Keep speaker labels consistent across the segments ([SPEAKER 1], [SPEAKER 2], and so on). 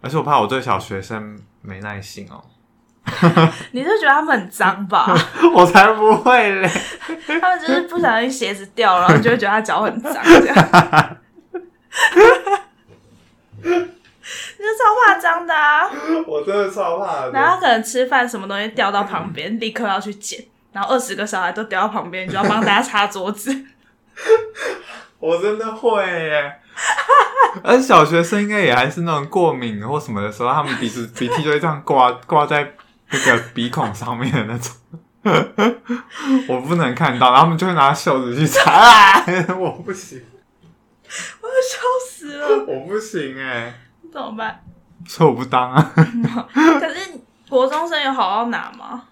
[SPEAKER 1] 而且我怕我对小学生没耐性哦，
[SPEAKER 2] 你是觉得他们很脏吧？
[SPEAKER 1] 我才不会嘞。
[SPEAKER 2] 他们就是不小心鞋子掉了，然后就会觉得他脚很脏，这样。你就超怕脏的啊！
[SPEAKER 1] 我真的超怕
[SPEAKER 2] 然后他可能吃饭什么东西掉到旁边，立刻要去捡。然后二十个小孩都掉到旁边，你就要帮大家擦桌子。
[SPEAKER 1] 我真的会耶。而且小学生应该也还是那种过敏或什么的时候，他们鼻 子鼻涕就会这样挂挂在那个鼻孔上面的那种。 我不能看到，然后他们就会拿袖子去擦、 啊，我不行，
[SPEAKER 2] 我要笑死了，
[SPEAKER 1] 我不行哎、
[SPEAKER 2] 怎么办？
[SPEAKER 1] 所以我不当啊，
[SPEAKER 2] 可是国中生有好到哪吗？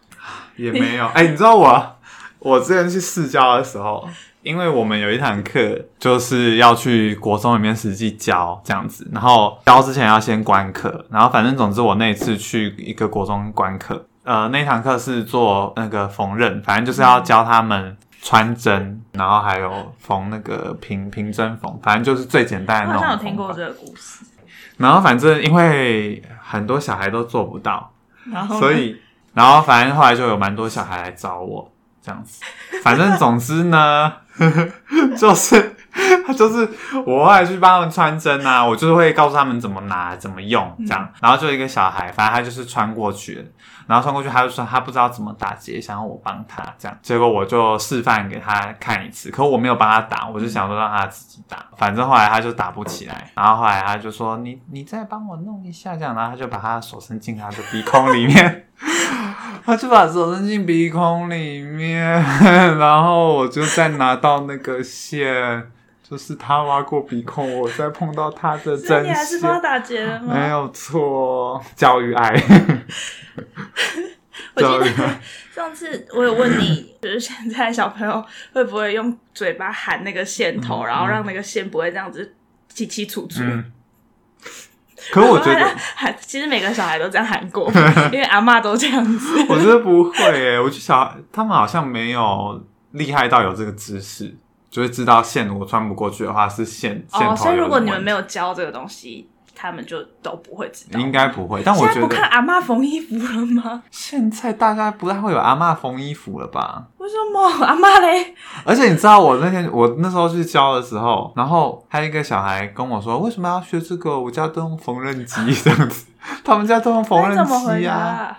[SPEAKER 1] 也没有 哎、你知道我我之前去试教的时候，因为我们有一堂课就是要去国中里面实际教这样子，然后教之前要先观课，然后反正总之我那一次去一个国中观课，呃，那堂课是做那个缝纫，反正就是要教他们。穿针，然后还有缝那个平平针缝，反正就是最简单
[SPEAKER 2] 我
[SPEAKER 1] 的那
[SPEAKER 2] 好
[SPEAKER 1] 种缝法。
[SPEAKER 2] 像有听过这个故事。
[SPEAKER 1] 然后反正因为很多小孩都做不到，
[SPEAKER 2] 然后呢
[SPEAKER 1] 所以，然后反正后来就有蛮多小孩来找我这样 子。反正总之呢， 就是 就是我后来去帮他们穿针啊，我就是会告诉他们怎么拿、怎么用这
[SPEAKER 2] 嗯
[SPEAKER 1] 样。然后就有一个小孩，反正他就是穿过去了，然后穿过去他就说他不知道怎么打结，想要我帮他这样。结果我就示范给他看一次，可我没有帮他打，我就想说让他自己打。反正后来他就打不起来，然后后来他就说你你再帮我弄一下这样，然后他就把他的手伸进他的鼻孔里面。 他就把手伸进鼻孔里面，然后我就再拿到那个线，就是他挖过鼻孔，我再碰到他的
[SPEAKER 2] 所以你
[SPEAKER 1] 针
[SPEAKER 2] 还是帮
[SPEAKER 1] 线，
[SPEAKER 2] 他打结了吗？
[SPEAKER 1] 没有错，教育爱，
[SPEAKER 2] 我记
[SPEAKER 1] 教育
[SPEAKER 2] 得
[SPEAKER 1] 爱，
[SPEAKER 2] 上次我有问你，就是现在小朋友会不会用嘴巴含那个线头，然后让那个线不会这样子起起楚楚。
[SPEAKER 1] 嗯。可我觉
[SPEAKER 2] 然后
[SPEAKER 1] 得，
[SPEAKER 2] 他喊，其实每个小孩都这样喊过， 因为阿嬷都这样子。
[SPEAKER 1] 我觉得不会诶、我就想他们好像没有厉害到有这个知识，就会知道线如果穿不过去的话是线线头有什么问
[SPEAKER 2] 哦，
[SPEAKER 1] 题。
[SPEAKER 2] 所以如果你们没有教这个东西，他们就都不会知道。
[SPEAKER 1] 应该不会，但我
[SPEAKER 2] 现在
[SPEAKER 1] 觉
[SPEAKER 2] 不
[SPEAKER 1] 得
[SPEAKER 2] 看阿嬷缝衣服了吗？
[SPEAKER 1] 现在大家不太会有阿嬷缝衣服了吧？
[SPEAKER 2] 为什么阿嬷嘞？
[SPEAKER 1] 而且你知道我那天我那时候去教的时候，然后还有一个小孩跟我说，为什么要学这个？我家都用缝纫机这样子， 他们家都用缝
[SPEAKER 2] 那你哎怎么
[SPEAKER 1] 纫
[SPEAKER 2] 回
[SPEAKER 1] 机
[SPEAKER 2] 答
[SPEAKER 1] 啊。
[SPEAKER 2] 啊？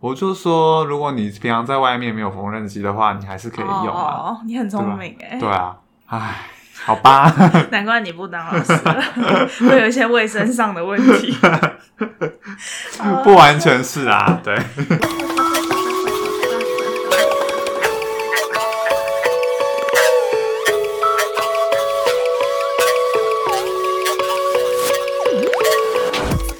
[SPEAKER 1] 我就说，如果你平常在外面没有缝纫机的话，你还是可以用啊。
[SPEAKER 2] 哦，你很聪明哎，
[SPEAKER 1] 对啊，唉，好吧，
[SPEAKER 2] 难怪你不当老师了， 会有一些卫生上的问题。好
[SPEAKER 1] 不完全是啊，对。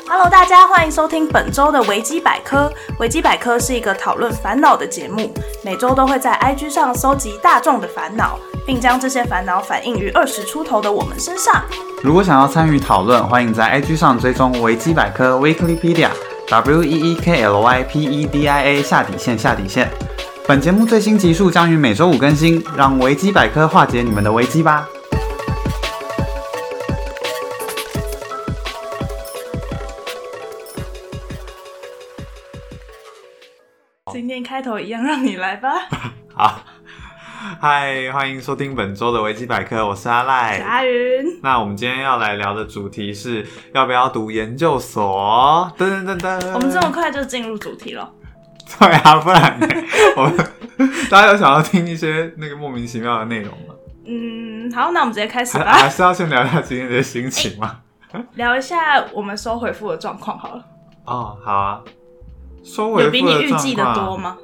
[SPEAKER 2] Hello，大家欢迎收听本周的维基百科。维基百科是一个讨论烦恼的节目，每周都会在 IG 上搜集大众的烦恼，并将这些烦恼反映于二十出头的我们身上。
[SPEAKER 1] 如果想要参与讨论，欢迎在 IG 上追踪维基百科 Wikipedia W E E K L Y P E D I A 下底线下底线。本节目最新集数将于每周五更新，让维基百科化解你们的危机吧。
[SPEAKER 2] 今天开头一样，让你来吧，
[SPEAKER 1] 好，嗨，欢迎收听本周的维基百科，我是阿赖。
[SPEAKER 2] 贾云。
[SPEAKER 1] 那我们今天要来聊的主题是要不要读研究所？噔噔噔噔，
[SPEAKER 2] 我们这么快就进入主题了，
[SPEAKER 1] 对啊，不然呢我们 大家有想要听一些那个莫名其妙的内容吗？
[SPEAKER 2] 嗯，好，那我们直接开始
[SPEAKER 1] 还
[SPEAKER 2] 吧
[SPEAKER 1] 还，是要先聊一下今天的心情 吗？
[SPEAKER 2] 聊一下我们收回复的状况好了。
[SPEAKER 1] 哦，好啊。收尾
[SPEAKER 2] 有比你预计的多？吗？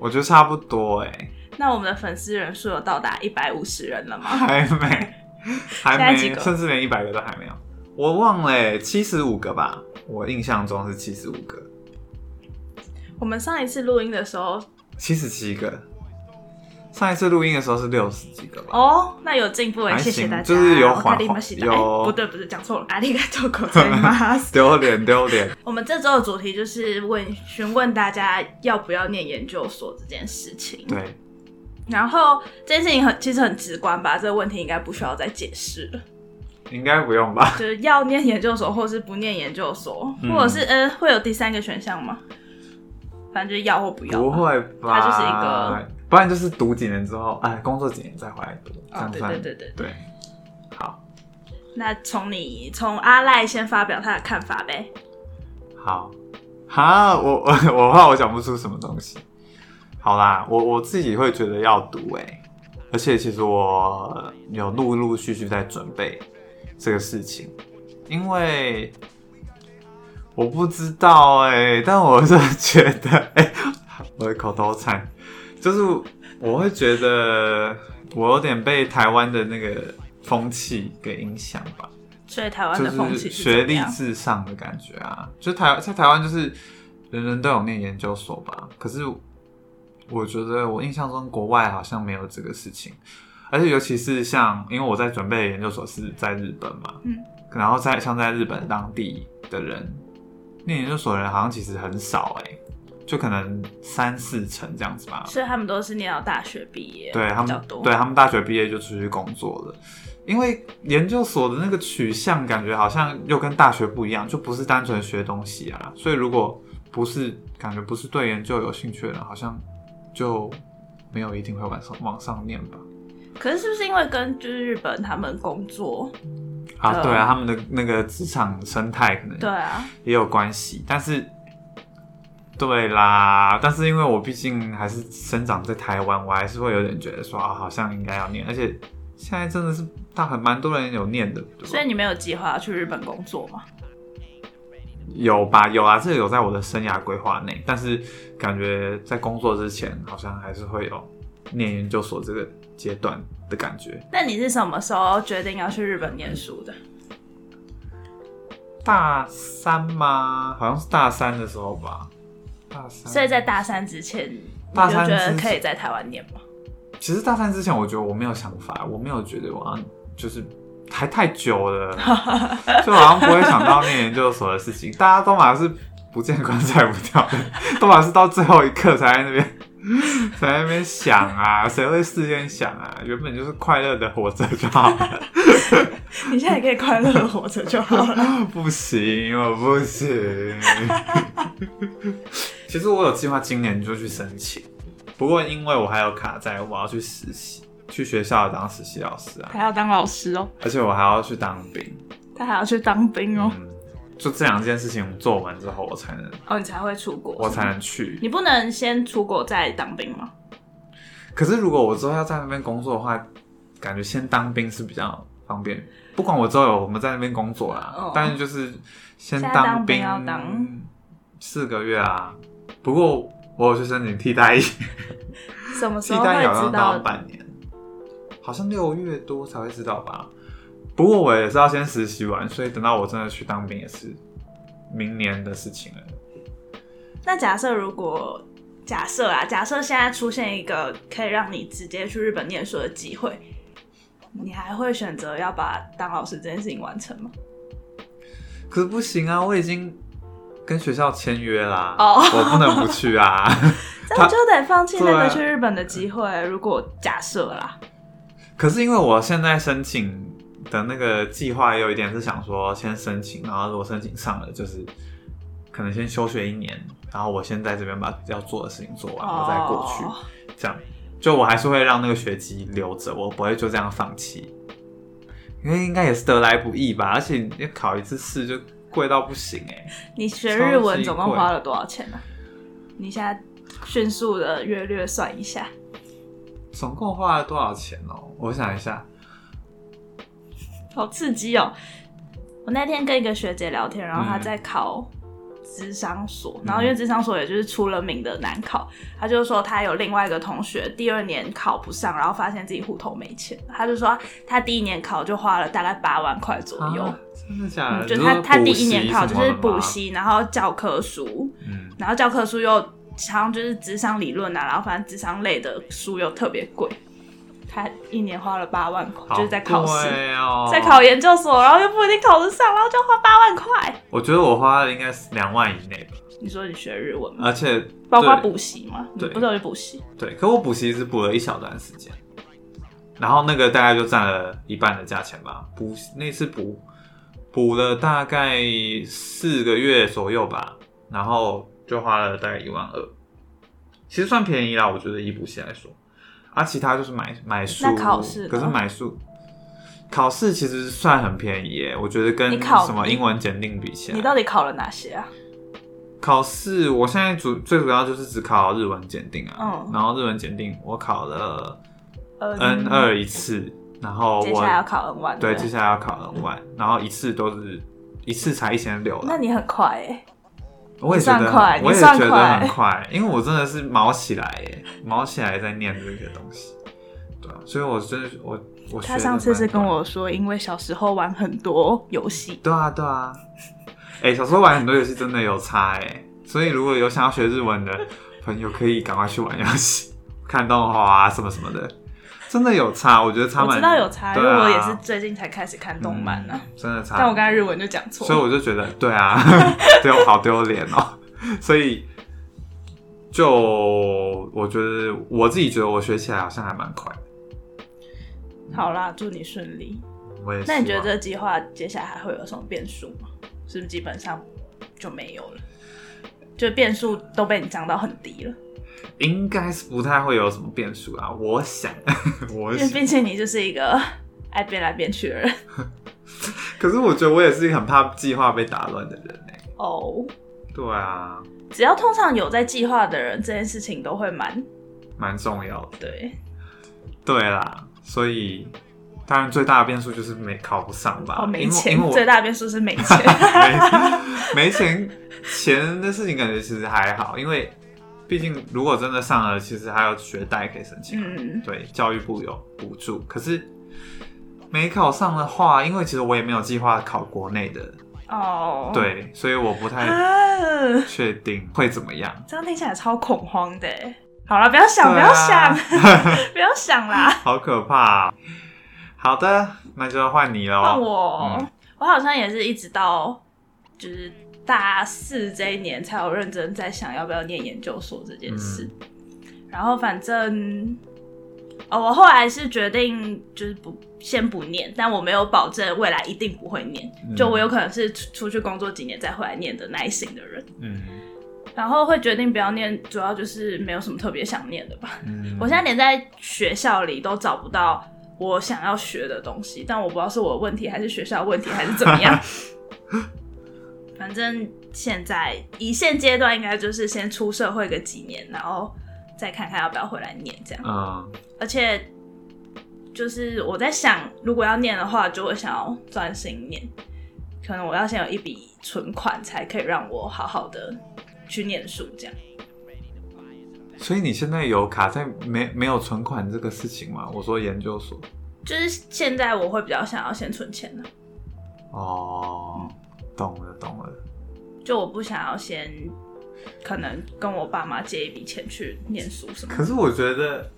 [SPEAKER 1] 我觉得差不多哎、
[SPEAKER 2] 那我们的粉丝人数有到达一百五十人了吗？
[SPEAKER 1] 还没，还
[SPEAKER 2] 现在几
[SPEAKER 1] 没，
[SPEAKER 2] 个
[SPEAKER 1] 甚至连一百个都还没有。我忘了、欸，七十五个吧，我印象中是七十五个，
[SPEAKER 2] 我们上一次录音的时候，
[SPEAKER 1] 七十七个。上一次录音的时候是六十几个吧？
[SPEAKER 2] 哦，那有进步哎，
[SPEAKER 1] 还
[SPEAKER 2] 谢
[SPEAKER 1] 行
[SPEAKER 2] 谢大家。
[SPEAKER 1] 就是有
[SPEAKER 2] 我看
[SPEAKER 1] 缓
[SPEAKER 2] 你们喜欢
[SPEAKER 1] 有
[SPEAKER 2] 哎不对不对，讲错 了，阿里嘎多口在吗？
[SPEAKER 1] 丢脸丢脸！
[SPEAKER 2] 我们这周的主题就是问询问大家要不要念研究所这件事情。
[SPEAKER 1] 对，
[SPEAKER 2] 然后这件事情很其实很直观吧，这个问题应该不需要再解释了。
[SPEAKER 1] 应该不用吧？
[SPEAKER 2] 就是要念研究所，或是不念研究所，
[SPEAKER 1] 嗯
[SPEAKER 2] 或者是呃，会有第三个选项吗？反正就是要或不要
[SPEAKER 1] 不
[SPEAKER 2] 吧。
[SPEAKER 1] 会吧？
[SPEAKER 2] 它就是一个，
[SPEAKER 1] 不然就是读几年之后，哎，工作几年再回来读，这
[SPEAKER 2] 哦
[SPEAKER 1] 样，
[SPEAKER 2] 对
[SPEAKER 1] 算
[SPEAKER 2] 对对对。
[SPEAKER 1] 对好，
[SPEAKER 2] 那从你从阿赖先发表他的看法呗。
[SPEAKER 1] 好，哈，我 我我怕我讲不出什么东西。好啦，我我自己会觉得要读哎、而且其实我有陆陆续续在准备这个事情，因为我不知道哎、但我是 觉得哎、我的口头禅就是我会觉得我有点被台湾的那个风气给影响吧。
[SPEAKER 2] 所以台湾
[SPEAKER 1] 就
[SPEAKER 2] 的风
[SPEAKER 1] 是
[SPEAKER 2] 气是怎么
[SPEAKER 1] 学历
[SPEAKER 2] 样
[SPEAKER 1] 至上的感觉啊。就台在台湾就是人人都有念研究所吧，可是我觉得我印象中国外好像没有这个事情，而且尤其是像因为我在准备研究所是在日本嘛，
[SPEAKER 2] 嗯，
[SPEAKER 1] 然后在像在日本当地的人念研究所的人好像其实很少哎、就可能三四成这样子吧，
[SPEAKER 2] 所以他们都是念到大学毕业，
[SPEAKER 1] 对他
[SPEAKER 2] 比较
[SPEAKER 1] 们
[SPEAKER 2] 多，
[SPEAKER 1] 对，他们大学毕业就出去工作了，因为研究所的那个取向感觉好像又跟大学不一样，就不是单纯学东西啊。所以如果不是感觉不是对研究有兴趣的人，好像就没有一定会往上往上念吧。
[SPEAKER 2] 可是是不是因为跟就是日本他们工作？
[SPEAKER 1] 啊，
[SPEAKER 2] 嗯
[SPEAKER 1] 对啊，他们的那个职场生态可能
[SPEAKER 2] 对啊，
[SPEAKER 1] 也有关系，但是。对啦，但是因为我毕竟还是生长在台湾，我还是会有点觉得说啊，好像应该要念，而且现在真的是大很蛮多人有念的，对吧
[SPEAKER 2] 所以你没有计划要去日本工作吗？
[SPEAKER 1] 有吧，有啊，这个有在我的生涯规划内，但是感觉在工作之前好像还是会有念研究所这个阶段的感觉。
[SPEAKER 2] 那你是什么时候决定要去日本念书的？
[SPEAKER 1] 嗯大三吗？好像是大三的时候吧。大三，
[SPEAKER 2] 所以在大三之前，你就
[SPEAKER 1] 大三
[SPEAKER 2] 觉得
[SPEAKER 1] 之
[SPEAKER 2] 可以在台湾念吗？
[SPEAKER 1] 其实大三之前，我觉得我没有想法，我没有觉得我好像就是还太久了， 就好像不会想到念研究所的事情。大家都嘛是不见棺材不掉泪，都嘛是到最后一刻才在那边 才在那边想啊，谁会事先想啊？原本就是快乐的活着就好了，
[SPEAKER 2] 你现在也可以快乐的活着就好了。
[SPEAKER 1] 不行，我不行。 其实我有计划今年就去申请，不过因为我还有卡在我要去实习，去学校当实习老师啊。
[SPEAKER 2] 还要当老师哦，
[SPEAKER 1] 而且我还要去当兵。
[SPEAKER 2] 他还要去当兵哦，
[SPEAKER 1] 嗯，就这两件事情做完之后，我才能
[SPEAKER 2] 哦，你才会出国，
[SPEAKER 1] 我才能去。
[SPEAKER 2] 你不能先出国再当兵吗？
[SPEAKER 1] 可是如果我之后要在那边工作的话，感觉先当兵是比较方便。不管我之后有我们在那边工作啦，
[SPEAKER 2] 哦
[SPEAKER 1] 但是就是先
[SPEAKER 2] 现在当
[SPEAKER 1] 兵
[SPEAKER 2] 兵要当
[SPEAKER 1] 四个月啊。不过我有去申请替代 役，
[SPEAKER 2] 什么时
[SPEAKER 1] 替
[SPEAKER 2] 候
[SPEAKER 1] 代
[SPEAKER 2] 会
[SPEAKER 1] 役好像
[SPEAKER 2] 知道
[SPEAKER 1] 当？半年，好像六月多才会知道吧。不过我也是要先实习完，所以等到我真的去当兵也是明年的事情了。
[SPEAKER 2] 那假设如果假设啊，假设现在出现一个可以让你直接去日本念书的机会，你还会选择要把当老师这件事情完成吗？
[SPEAKER 1] 可是不行啊，我已经跟学校签约啦
[SPEAKER 2] 哦
[SPEAKER 1] 我不能不去啊。
[SPEAKER 2] 这样就得放弃那
[SPEAKER 1] 对啊
[SPEAKER 2] 个去日本的机会。如果假设啦，
[SPEAKER 1] 可是因为我现在申请的那个计划有一点是想说先申请，然后如果申请上了，就是可能先休学一年，然后我先在这边把要做的事情做完，我再过去。
[SPEAKER 2] 哦
[SPEAKER 1] 这样，就我还是会让那个学籍留着，我不会就这样放弃，因为应该也是得来不易吧，而且要考一次试就贵到不行哎、
[SPEAKER 2] 你学日
[SPEAKER 1] 超级
[SPEAKER 2] 文总共
[SPEAKER 1] 贵
[SPEAKER 2] 花了多少钱呢、你现在迅速的略略算一下，
[SPEAKER 1] 总共花了多少钱哦？我想一下，
[SPEAKER 2] 好刺激哦！我那天跟一个学姐聊天，然后她
[SPEAKER 1] 嗯
[SPEAKER 2] 在考智商所，
[SPEAKER 1] 嗯
[SPEAKER 2] 然后因为智商所也就是出了名的难考，她就说她有另外一个同学第二年考不上，然后发现自己户头没钱，她就说啊她第一年考就花了大概八万块左右。
[SPEAKER 1] 啊真的假的？
[SPEAKER 2] 嗯，就是
[SPEAKER 1] 你
[SPEAKER 2] 他
[SPEAKER 1] 说
[SPEAKER 2] 他第
[SPEAKER 1] 补习
[SPEAKER 2] 一年考就
[SPEAKER 1] 什么
[SPEAKER 2] 是
[SPEAKER 1] 的吗
[SPEAKER 2] 补，习，然后教科书，
[SPEAKER 1] 嗯，
[SPEAKER 2] 然后教科书又好像就是智商理论啊，然后反正智商类的书又特别贵，他一年花了八万块，就是在考试，
[SPEAKER 1] 对哦，
[SPEAKER 2] 在考。研究所，然后又不一定考得上，然后就花八万块。
[SPEAKER 1] 我觉得我花了应该是两万以内吧，
[SPEAKER 2] 你说你学日文吗？
[SPEAKER 1] 而且
[SPEAKER 2] 包括
[SPEAKER 1] 对
[SPEAKER 2] 补习吗？你
[SPEAKER 1] 呃对
[SPEAKER 2] 不是有去补习？
[SPEAKER 1] 对，可我补习只补了一小段时间，然后那个大概就占了一半的价钱吧，补那次补补了大概四个月左右吧，然后就花了大概一万二，其实算便宜啦，我觉得以补习来说，啊，其他就是买买书，
[SPEAKER 2] 那考试呢
[SPEAKER 1] 可是买书。考试其实算很便宜耶，我觉得跟
[SPEAKER 2] 你考
[SPEAKER 1] 什么英文检定比起来，
[SPEAKER 2] 你到底考了哪些啊？
[SPEAKER 1] 考试，我现在主最主要就是只考日文检定啊，
[SPEAKER 2] 嗯
[SPEAKER 1] 然后日文检定我考了 N
[SPEAKER 2] N
[SPEAKER 1] 嗯二一次，然后
[SPEAKER 2] 接下来要
[SPEAKER 1] 我
[SPEAKER 2] 考 N 1
[SPEAKER 1] 对接下来要考 N 万，然后一次都是一次才一千六
[SPEAKER 2] 那
[SPEAKER 1] 了，
[SPEAKER 2] 你很快哎、
[SPEAKER 1] 我也觉
[SPEAKER 2] 你
[SPEAKER 1] 得
[SPEAKER 2] 算快
[SPEAKER 1] 我也
[SPEAKER 2] 你算
[SPEAKER 1] 觉得
[SPEAKER 2] 快
[SPEAKER 1] 很快，因为我真的是毛起来耶，毛起来在念这个东西，对啊，所以我真的是我我学
[SPEAKER 2] 他
[SPEAKER 1] 得
[SPEAKER 2] 上次是
[SPEAKER 1] 蛮
[SPEAKER 2] 跟
[SPEAKER 1] 快
[SPEAKER 2] 我说，因为小时候玩很多游戏，
[SPEAKER 1] 对啊，对啊。哎、小时候玩很多游戏真的有差哎、所以如果有想要学日文的朋友，可以赶快去玩游戏、看动画啊什么什么的，真的有差，我觉得差
[SPEAKER 2] 我
[SPEAKER 1] 蛮。
[SPEAKER 2] 知道有差，因
[SPEAKER 1] 对
[SPEAKER 2] 为
[SPEAKER 1] 啊、
[SPEAKER 2] 我也是最近才开始看动漫啊。
[SPEAKER 1] 嗯真的差。
[SPEAKER 2] 但我刚才日文就讲错
[SPEAKER 1] 所以
[SPEAKER 2] 了，
[SPEAKER 1] 我就觉得，对 啊，对我好丢脸哦。所以就我觉得我自己觉得我学起来好像还蛮快的。
[SPEAKER 2] 好啦，祝你顺利。
[SPEAKER 1] 我也
[SPEAKER 2] 那你觉得
[SPEAKER 1] 希望
[SPEAKER 2] 这计划接下来还会有什么变数吗？是不是基本上就没有了？就变数都被你降到很低了，
[SPEAKER 1] 应该是不太会有什么变数啊？我想， 我
[SPEAKER 2] 因为
[SPEAKER 1] 想。
[SPEAKER 2] 毕竟你就是一个 爱变来变去的人
[SPEAKER 1] 可是我觉得我也是一个很怕计划被打乱的人哎、
[SPEAKER 2] 哦。
[SPEAKER 1] 对啊，
[SPEAKER 2] 只要通常有在计划的人，这件事情都会蛮
[SPEAKER 1] 蛮重要的。
[SPEAKER 2] 对。
[SPEAKER 1] 对啦，所以当然最大的变数就是没考不上吧。
[SPEAKER 2] 哦，没
[SPEAKER 1] 因为
[SPEAKER 2] 钱
[SPEAKER 1] 啊因为，我
[SPEAKER 2] 最大的变数是没钱。
[SPEAKER 1] 没没钱钱的事情感觉其实还好，因为毕竟如果真的上了，其实还有学贷可以申请啊。
[SPEAKER 2] 嗯，
[SPEAKER 1] 对，教育部有补助，可是没考上的话，因为其实我也没有计划考国内的，
[SPEAKER 2] 哦，
[SPEAKER 1] 对，所以我不太
[SPEAKER 2] 啊，
[SPEAKER 1] 确定会怎么样。
[SPEAKER 2] 这样听起来超恐慌的欸。好了，不要想，不
[SPEAKER 1] 对
[SPEAKER 2] 要
[SPEAKER 1] 啊
[SPEAKER 2] 想， 不要想啦，
[SPEAKER 1] 好可怕、好的，那就换你喽。
[SPEAKER 2] 换我
[SPEAKER 1] 嗯。
[SPEAKER 2] 我好像也是一直到就是大四这一年才有认真在想要不要念研究所这件事。
[SPEAKER 1] 嗯
[SPEAKER 2] 然后反正，哦，我后来是决定就是不先不念，但我没有保证未来一定不会念，
[SPEAKER 1] 嗯
[SPEAKER 2] 就我有可能是出出去工作几年再回来念的那一型的人。
[SPEAKER 1] 嗯
[SPEAKER 2] 然后会决定不要念，主要就是没有什么特别想念的吧。
[SPEAKER 1] 嗯
[SPEAKER 2] 我现在连在学校里都找不到我想要学的东西，但我不知道是我的问题还是学校的问题还是怎么样。反正现在以现阶段应该就是先出社会个几年，然后再看看要不要回来念这样。
[SPEAKER 1] 嗯
[SPEAKER 2] 而且就是我在想，如果要念的话，就会想要专心念，可能我要先有一笔存款，才可以让我好好的去念书这样。
[SPEAKER 1] 所以你现在有卡在没没有存款这个事情吗？我说研究所
[SPEAKER 2] 就是现在我会比较想要先存钱啊呢，
[SPEAKER 1] 哦，懂了懂了，
[SPEAKER 2] 就我不想要先可能跟我爸妈借一笔钱去念书什么
[SPEAKER 1] 可。是我觉得，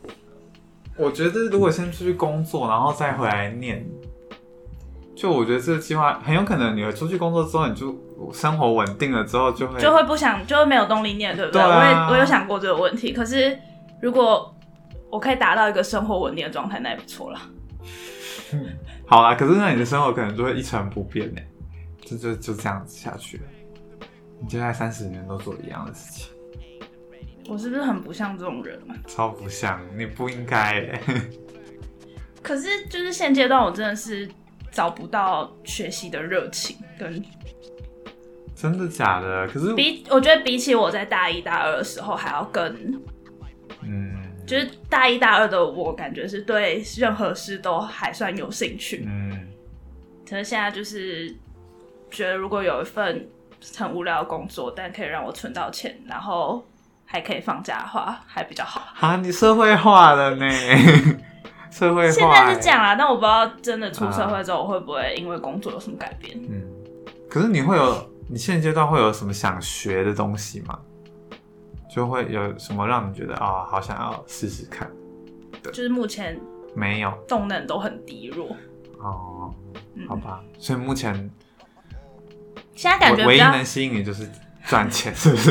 [SPEAKER 1] 我觉得如果先出去工作，然后再回来念，就我觉得这个计划很有可能你出去工作之后，你就生活稳定了之后就会
[SPEAKER 2] 就会不想，就会没有动力念，对不对？
[SPEAKER 1] 对啊
[SPEAKER 2] 我也我有想过这个问题，可是如果我可以达到一个生活稳定的状态，那也不错了。
[SPEAKER 1] 好啦。可是那你的生活可能就会一成不变呢，就就就这样子下去了，你接下来三十年都做一样的事情。
[SPEAKER 2] 我是不是很不像这种人啊？
[SPEAKER 1] 超不像，你不应该欸。
[SPEAKER 2] 可是就是现阶段，我真的是找不到学习的热情，跟
[SPEAKER 1] 真的假的？可是，
[SPEAKER 2] 比我觉得比起我在大一大二的时候还要更，
[SPEAKER 1] 嗯，
[SPEAKER 2] 就是大一大二的我感觉是对任何事都还算有兴趣，
[SPEAKER 1] 嗯，
[SPEAKER 2] 可是现在就是觉得如果有一份很无聊的工作，但可以让我存到钱，然后还可以放假的话，还比较好。
[SPEAKER 1] 啊，你社会化了呢， 社会化、欸
[SPEAKER 2] 现在是这，样啦，但我不知道真的出社
[SPEAKER 1] 啊
[SPEAKER 2] 会之后，我会不会因为工作有什么改变？
[SPEAKER 1] 嗯。可是你会有，你现阶段会有什么想学的东西吗？就会有什么让你觉得啊、好想要试试看？
[SPEAKER 2] 就是目前
[SPEAKER 1] 没有
[SPEAKER 2] 动能都很低弱。
[SPEAKER 1] 哦，
[SPEAKER 2] 嗯
[SPEAKER 1] 好吧。所以目前
[SPEAKER 2] 现在感
[SPEAKER 1] 唯
[SPEAKER 2] 觉比
[SPEAKER 1] 唯一
[SPEAKER 2] 较，
[SPEAKER 1] 能吸引你就是赚钱， 是不是？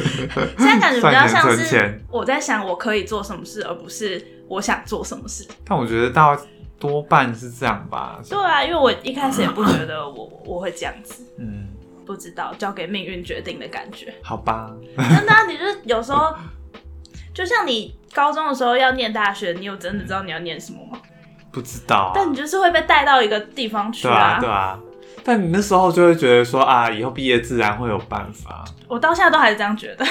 [SPEAKER 2] 现在感觉比较
[SPEAKER 1] 赚钱
[SPEAKER 2] 像
[SPEAKER 1] 存
[SPEAKER 2] 是
[SPEAKER 1] 钱
[SPEAKER 2] 我在想我可以做什么事，而不是我想做什么事。
[SPEAKER 1] 但我觉得到多半是这样吧。
[SPEAKER 2] 对啊，因为我一开始也不觉得我我会这样子，
[SPEAKER 1] 嗯，
[SPEAKER 2] 不知道交给命运决定的感觉。
[SPEAKER 1] 好吧，
[SPEAKER 2] 真的啊、你就是有时候，就像你高中的时候要念大学，你有真的知道你要念什么吗？
[SPEAKER 1] 不知道、啊。
[SPEAKER 2] 但你就是会被带到一个地方去
[SPEAKER 1] 对啊，对啊。但你那时候就会觉得说啊，以后毕业自然会有办法，
[SPEAKER 2] 我到现在都还是这样觉得，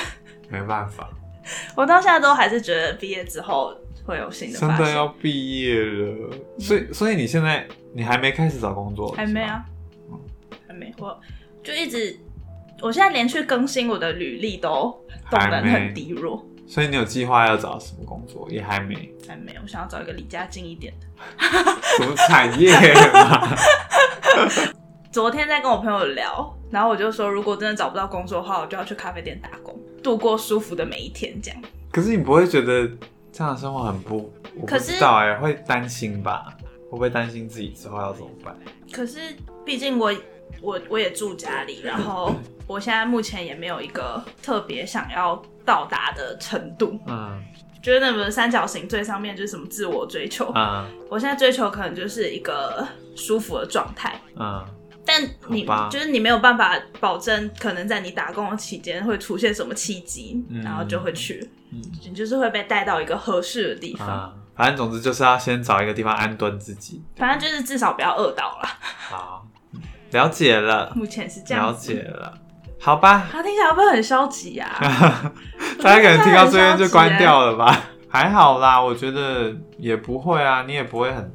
[SPEAKER 1] 没办法，
[SPEAKER 2] 我到现在都还是觉得毕业之后会有新的
[SPEAKER 1] 真
[SPEAKER 2] 发
[SPEAKER 1] 的
[SPEAKER 2] 现。
[SPEAKER 1] 要毕业了。所以，所以你现在你还没开始找工作？
[SPEAKER 2] 还没啊，
[SPEAKER 1] 嗯
[SPEAKER 2] 还没，我就一直，我现在连续更新我的履历都动
[SPEAKER 1] 还
[SPEAKER 2] 能
[SPEAKER 1] 没
[SPEAKER 2] 很低弱，
[SPEAKER 1] 是吗。所以你有计划要找什么工作？也还没。
[SPEAKER 2] 还没，我想要找一个离家近一点的。
[SPEAKER 1] 什么产业 嘛？
[SPEAKER 2] 昨天在跟我朋友聊，然后我就说，如果真的找不到工作的话，我就要去咖啡店打工，度过舒服的每一天，这样。
[SPEAKER 1] 可是你不会觉得这样的生活很不？我不
[SPEAKER 2] 可是
[SPEAKER 1] 知道哎、会担心吧？会不会担心自己之后要怎么办？
[SPEAKER 2] 可是毕竟我我我也住家里，然后我现在目前也没有一个特别想要到达的程度，
[SPEAKER 1] 嗯
[SPEAKER 2] 就是那个三角形最上面就是什么自我追求，
[SPEAKER 1] 嗯
[SPEAKER 2] 我现在追求可能就是一个舒服的状态。
[SPEAKER 1] 嗯，
[SPEAKER 2] 但你
[SPEAKER 1] 好吧
[SPEAKER 2] 就是你没有办法保证，可能在你打工的期间会出现什么契机，
[SPEAKER 1] 嗯
[SPEAKER 2] 然后就会去，
[SPEAKER 1] 嗯
[SPEAKER 2] 你就是会被带到一个合适的地方。
[SPEAKER 1] 啊、反正总之就是要先找一个地方安顿自己。
[SPEAKER 2] 反正就是至少不要饿到啦。
[SPEAKER 1] 好，了解了，
[SPEAKER 2] 目前是这
[SPEAKER 1] 了
[SPEAKER 2] 样子。啊
[SPEAKER 1] 解了，好 吧。
[SPEAKER 2] 他听起来会不会很消极啊？
[SPEAKER 1] 大家可能听到这边就关掉了吧？还好啦，我觉得也不会啊，你也不会很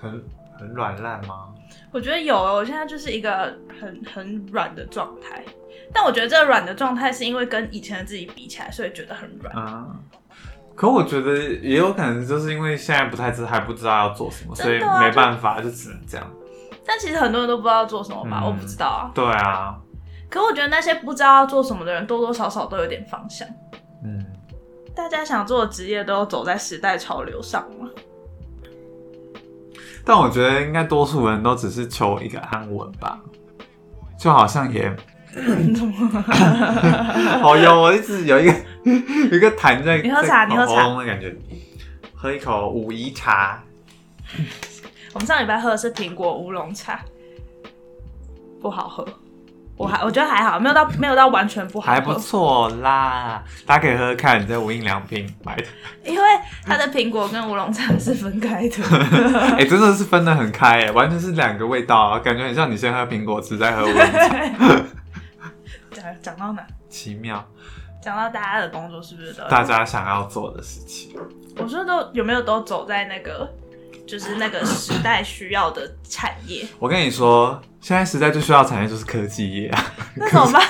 [SPEAKER 1] 很很软烂吗？
[SPEAKER 2] 我觉得有哦，我现在就是一个很很软的状态。但我觉得这个软的状态是因为跟以前的自己比起来，所以觉得很软。
[SPEAKER 1] 嗯，可我觉得也有可能就是因为现在不太知还不知道要做什么，所以
[SPEAKER 2] 真的啊
[SPEAKER 1] 没办法，就只能这样。
[SPEAKER 2] 但其实很多人都不知道做什么吧，
[SPEAKER 1] 嗯
[SPEAKER 2] 我不知道啊。
[SPEAKER 1] 对啊，
[SPEAKER 2] 可我觉得那些不知道要做什么的人，多多少少都有点方向。
[SPEAKER 1] 嗯，
[SPEAKER 2] 大家想做的职业都走在时代潮流上 吗？
[SPEAKER 1] 但我觉得应该多数人都只是求一个安稳吧，就好像也 好有，我一直有一个 有一个痰在，
[SPEAKER 2] 你喝茶
[SPEAKER 1] 在
[SPEAKER 2] 你喝茶
[SPEAKER 1] 喉咙的感觉，喝一口武夷茶，
[SPEAKER 2] 我们上礼拜喝的是苹果乌龙茶，不好喝。我还我觉得还好，没有到没有到完全不好
[SPEAKER 1] 嗯
[SPEAKER 2] 喝，
[SPEAKER 1] 还不错啦，大家可以喝喝看，你在无印良品买的，
[SPEAKER 2] 因为它的苹果跟乌龙茶是分开 的。
[SPEAKER 1] 哎、真的是分得很开、哎，完全是两个味道啊，感觉很像你先喝苹果汁，再喝无印良品，
[SPEAKER 2] 讲讲到哪？
[SPEAKER 1] 奇妙，
[SPEAKER 2] 讲到大家的工作是不是都？
[SPEAKER 1] 大家想要做的事情，
[SPEAKER 2] 我说都有没有都走在那个就是那个时代需要的产 业？
[SPEAKER 1] 我跟你说，现在时代最需要的产业就是科技业啊，
[SPEAKER 2] 那怎么办？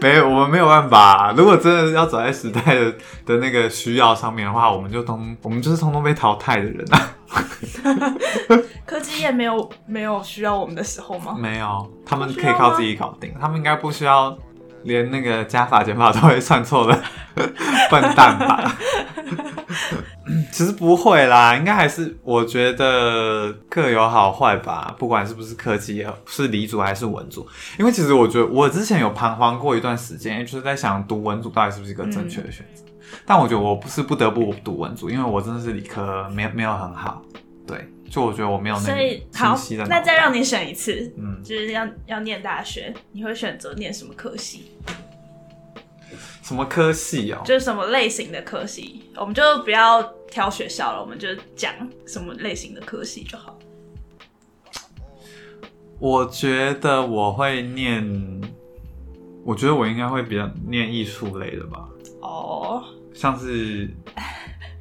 [SPEAKER 1] 没有，我们没有办法、啊如果真的要走在时代的的那个需要上面的话，我们就通，我们就是通通被淘汰的人啊。
[SPEAKER 2] 科技业没有没有需要我们的时候吗？
[SPEAKER 1] 没有，他们可以靠自己搞定，他们应该不需要连那个加法减法都会算错 的笨蛋吧？其实不会啦，应该还是我觉得各有好坏吧，不管是不是科技也好，是理组还是文组，因为其实我觉得我之前有彷徨过一段时间，就是在想读文组到底是不是一个正确的选择。但我觉得我不是不得不读文组，因为我真的是理科没有没有很好，对，就我觉得我没有那
[SPEAKER 2] 所
[SPEAKER 1] 个
[SPEAKER 2] 以
[SPEAKER 1] 清
[SPEAKER 2] 好
[SPEAKER 1] 晰的，脑
[SPEAKER 2] 那再
[SPEAKER 1] 袋
[SPEAKER 2] 让你选一次，
[SPEAKER 1] 嗯，
[SPEAKER 2] 就是要要念大学，你会选择念什么科系？
[SPEAKER 1] 什么科系哦、
[SPEAKER 2] 就是什么类型的科系？我们就不要挑学校了，我们就讲什么类型的科系就好。
[SPEAKER 1] 我觉得我会念，我觉得我应该会比较念艺术类的吧，
[SPEAKER 2] 哦，
[SPEAKER 1] 像是，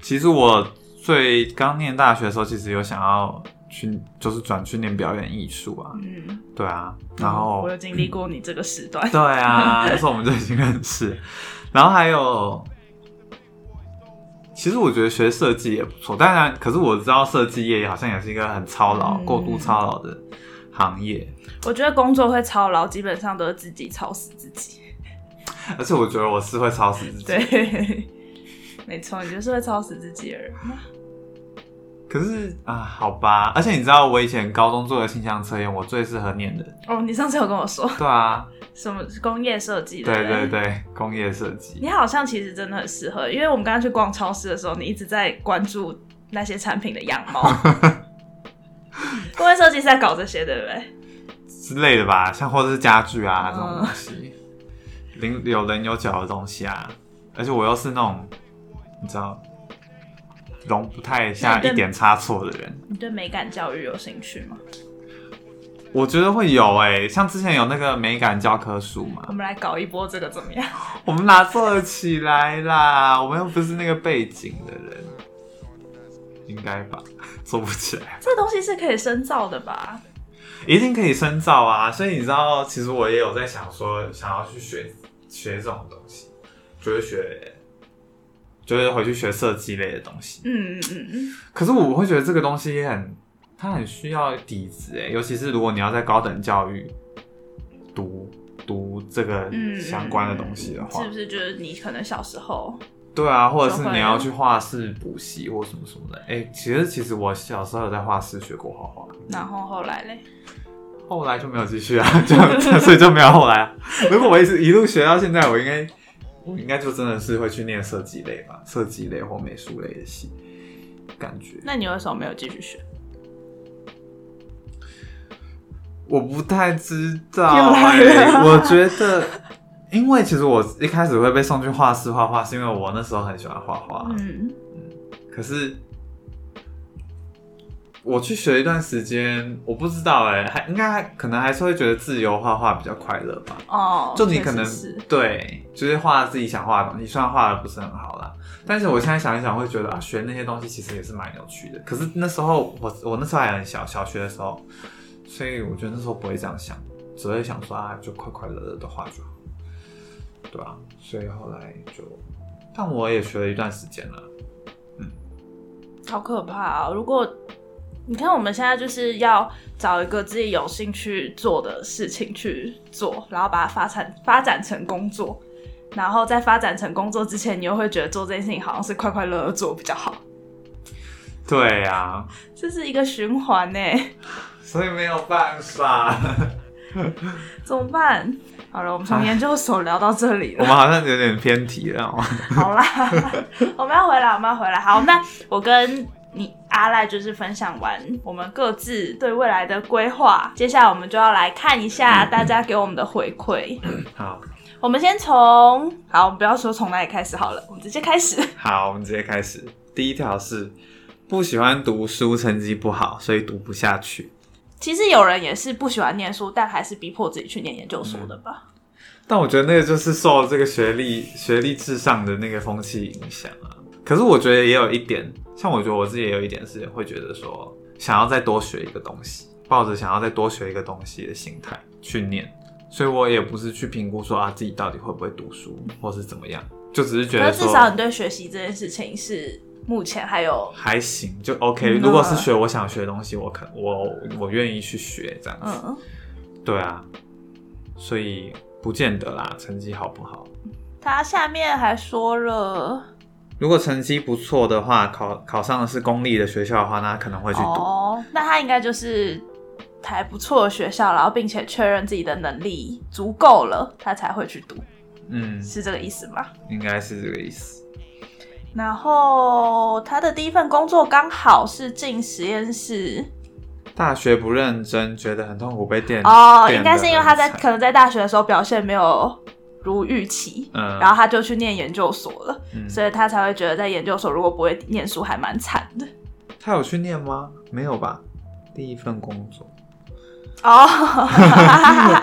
[SPEAKER 1] 其实我最刚念大学的时候，其实有想要去，就是转去念表演艺术啊，
[SPEAKER 2] 嗯，
[SPEAKER 1] 对啊，然后
[SPEAKER 2] 我有经历过你这个时段，
[SPEAKER 1] 对 啊，那时候我们就已经认识。然后还有，其实我觉得学设计也不错，当然，可是我知道设计业好像也是一个很操劳、
[SPEAKER 2] 嗯
[SPEAKER 1] 过度操劳的行业，
[SPEAKER 2] 我觉得工作会操劳，基本上都是自己操死自己。
[SPEAKER 1] 而且我觉得我是会操死自己。
[SPEAKER 2] 对， 没错，你就是会操死自己的人。
[SPEAKER 1] 可是啊，好吧，而且你知道我以前高中做的性向测验，我最适合念的，
[SPEAKER 2] 哦，你上次有跟我说
[SPEAKER 1] 对啊，
[SPEAKER 2] 什么工业设计的？
[SPEAKER 1] 对对。对，工业设计
[SPEAKER 2] 你，好像其实真的很适合， 因为我们刚刚去逛超市的时候，你一直在关注那些产品的样貌。顾问设计是在搞这些，对不对？
[SPEAKER 1] 之类的吧，像或者是家具啊这种
[SPEAKER 2] 嗯
[SPEAKER 1] 东西，零有棱有角的东西啊，而且我又是那种你知道容不太
[SPEAKER 2] 那
[SPEAKER 1] 下
[SPEAKER 2] 你对
[SPEAKER 1] 一点差错的人，
[SPEAKER 2] 你对美感教育有兴趣吗？
[SPEAKER 1] 我觉得会有哎、像之前有那个美感教科书嘛
[SPEAKER 2] 我，们来搞一波这个怎么样？
[SPEAKER 1] 我们哪做得起来啦？我们又不是那个背景的人，应该吧？ 做不起来，
[SPEAKER 2] 这东西是可以深造的吧？
[SPEAKER 1] 一定可以深造啊！所以你知道，其实我也有在想说，想要去学学这种东西，就是学，就是回去学设计类的东西。
[SPEAKER 2] 嗯嗯嗯嗯，
[SPEAKER 1] 可是我会觉得这个东西也很，它很需要底子欸诶，尤其是如果你要在高等教育读读这个
[SPEAKER 2] 嗯
[SPEAKER 1] 相关的东西的话，
[SPEAKER 2] 是不是就是你可能小时候
[SPEAKER 1] 对啊，或者
[SPEAKER 2] 就是会
[SPEAKER 1] 你要去画室补习或什么什么的。哎、其实其实我小时候有在画室学过画画，
[SPEAKER 2] 然后后来嘞，
[SPEAKER 1] 后来就没有继续啊， 就所以就没有后来啊。如果我一直一路学到现在，我应该我应该就真的是会去念设计类吧，设计类或美术类的系，感觉
[SPEAKER 2] 那你为什么没有继续学？
[SPEAKER 1] 我不太知道、
[SPEAKER 2] 又来
[SPEAKER 1] 欸
[SPEAKER 2] 了，
[SPEAKER 1] 我觉得。因为其实我一开始会被送去画室画画，是因为我那时候很喜欢画啊画，
[SPEAKER 2] 嗯，
[SPEAKER 1] 可是我去学一段时间，我不知道哎、还应该还可能还是会觉得自由画画比较快乐吧。
[SPEAKER 2] 哦，
[SPEAKER 1] 就你
[SPEAKER 2] 确实
[SPEAKER 1] 可能
[SPEAKER 2] 是
[SPEAKER 1] 对，就是画自己想画的东西，虽然画的不是很好啦，但是我现在想一想，会觉得啊，学那些东西其实也是蛮有趣的。可是那时候我我那时候还很小，小学的时候，所以我觉得那时候不会这样想，只会想说啊，就快快乐乐的画就好，对啊，所以后来就，但我也学了一段时间了。
[SPEAKER 2] 好可怕哦！如果你看我们现在就是要找一个自己有兴趣做的事情去做，然后把它发展发展成工作，然后在发展成工作之前，你又会觉得做这件事情好像是快快乐乐做比较好，
[SPEAKER 1] 对啊呀、
[SPEAKER 2] 这是一个循环呢，
[SPEAKER 1] 所以没有办法。
[SPEAKER 2] 怎么办？好了，我们从
[SPEAKER 1] 唉
[SPEAKER 2] 研究所聊到这里
[SPEAKER 1] 我
[SPEAKER 2] 了。
[SPEAKER 1] 们好像有点偏题了哦。
[SPEAKER 2] 好啦，我们要回来，我们要回来。好，那我跟你阿赖就是分享完我们各自对未来的规划，接下来我们就要来看一下大家给我们的回馈。
[SPEAKER 1] 好，
[SPEAKER 2] 我们先从好，我们不要说从哪里开始好了，我们直接开始。
[SPEAKER 1] 好，我们直接开始。第一条是不喜欢读书，成绩不好，所以读不下去。
[SPEAKER 2] 其实有人也是不喜欢念书，但还是逼迫自己去念研究所的吧？
[SPEAKER 1] 但我觉得那个就是受这个学历学历至上的那个风气影响啊。可是我觉得也有一点，像我觉得我自己也有一点是会觉得说，想要再多学一个东西，抱着想要再多学一个东西的心态去念，所以我也不是去评估说啊自己到底会不会读书，或是怎么样，就只是觉
[SPEAKER 2] 可
[SPEAKER 1] 得
[SPEAKER 2] 是
[SPEAKER 1] 说
[SPEAKER 2] 至少你对学习这件事情是目前还有
[SPEAKER 1] 还行，就 OK。
[SPEAKER 2] 嗯
[SPEAKER 1] 如果是学我想学的东西，我肯我我愿意去学这样子。
[SPEAKER 2] 嗯，
[SPEAKER 1] 对啊，所以不见得啦，成绩好不好？
[SPEAKER 2] 他下面还说了
[SPEAKER 1] 如果成绩不错的话，考考上的是公立的学校的话，那可能会去读。
[SPEAKER 2] 哦，那他应该就是还不错的学校，然后并且确认自己的能力足够了，他才会去读，
[SPEAKER 1] 嗯，
[SPEAKER 2] 是这个意思吗？
[SPEAKER 1] 应该是这个意思。
[SPEAKER 2] 然后他的第一份工作刚好是进实验室，
[SPEAKER 1] 大学不认真，觉得很痛苦，被电
[SPEAKER 2] 哦，
[SPEAKER 1] 电
[SPEAKER 2] 应该
[SPEAKER 1] 得
[SPEAKER 2] 是因为他
[SPEAKER 1] 很
[SPEAKER 2] 在
[SPEAKER 1] 惨
[SPEAKER 2] 可能在大学的时候表现没有如预期，
[SPEAKER 1] 嗯，
[SPEAKER 2] 然后他就去念研究所了，
[SPEAKER 1] 嗯
[SPEAKER 2] 所以他才会觉得在研究所如果不会念书还蛮惨 的。
[SPEAKER 1] 他有去念吗？没有吧？第一份工 作，
[SPEAKER 2] 哦，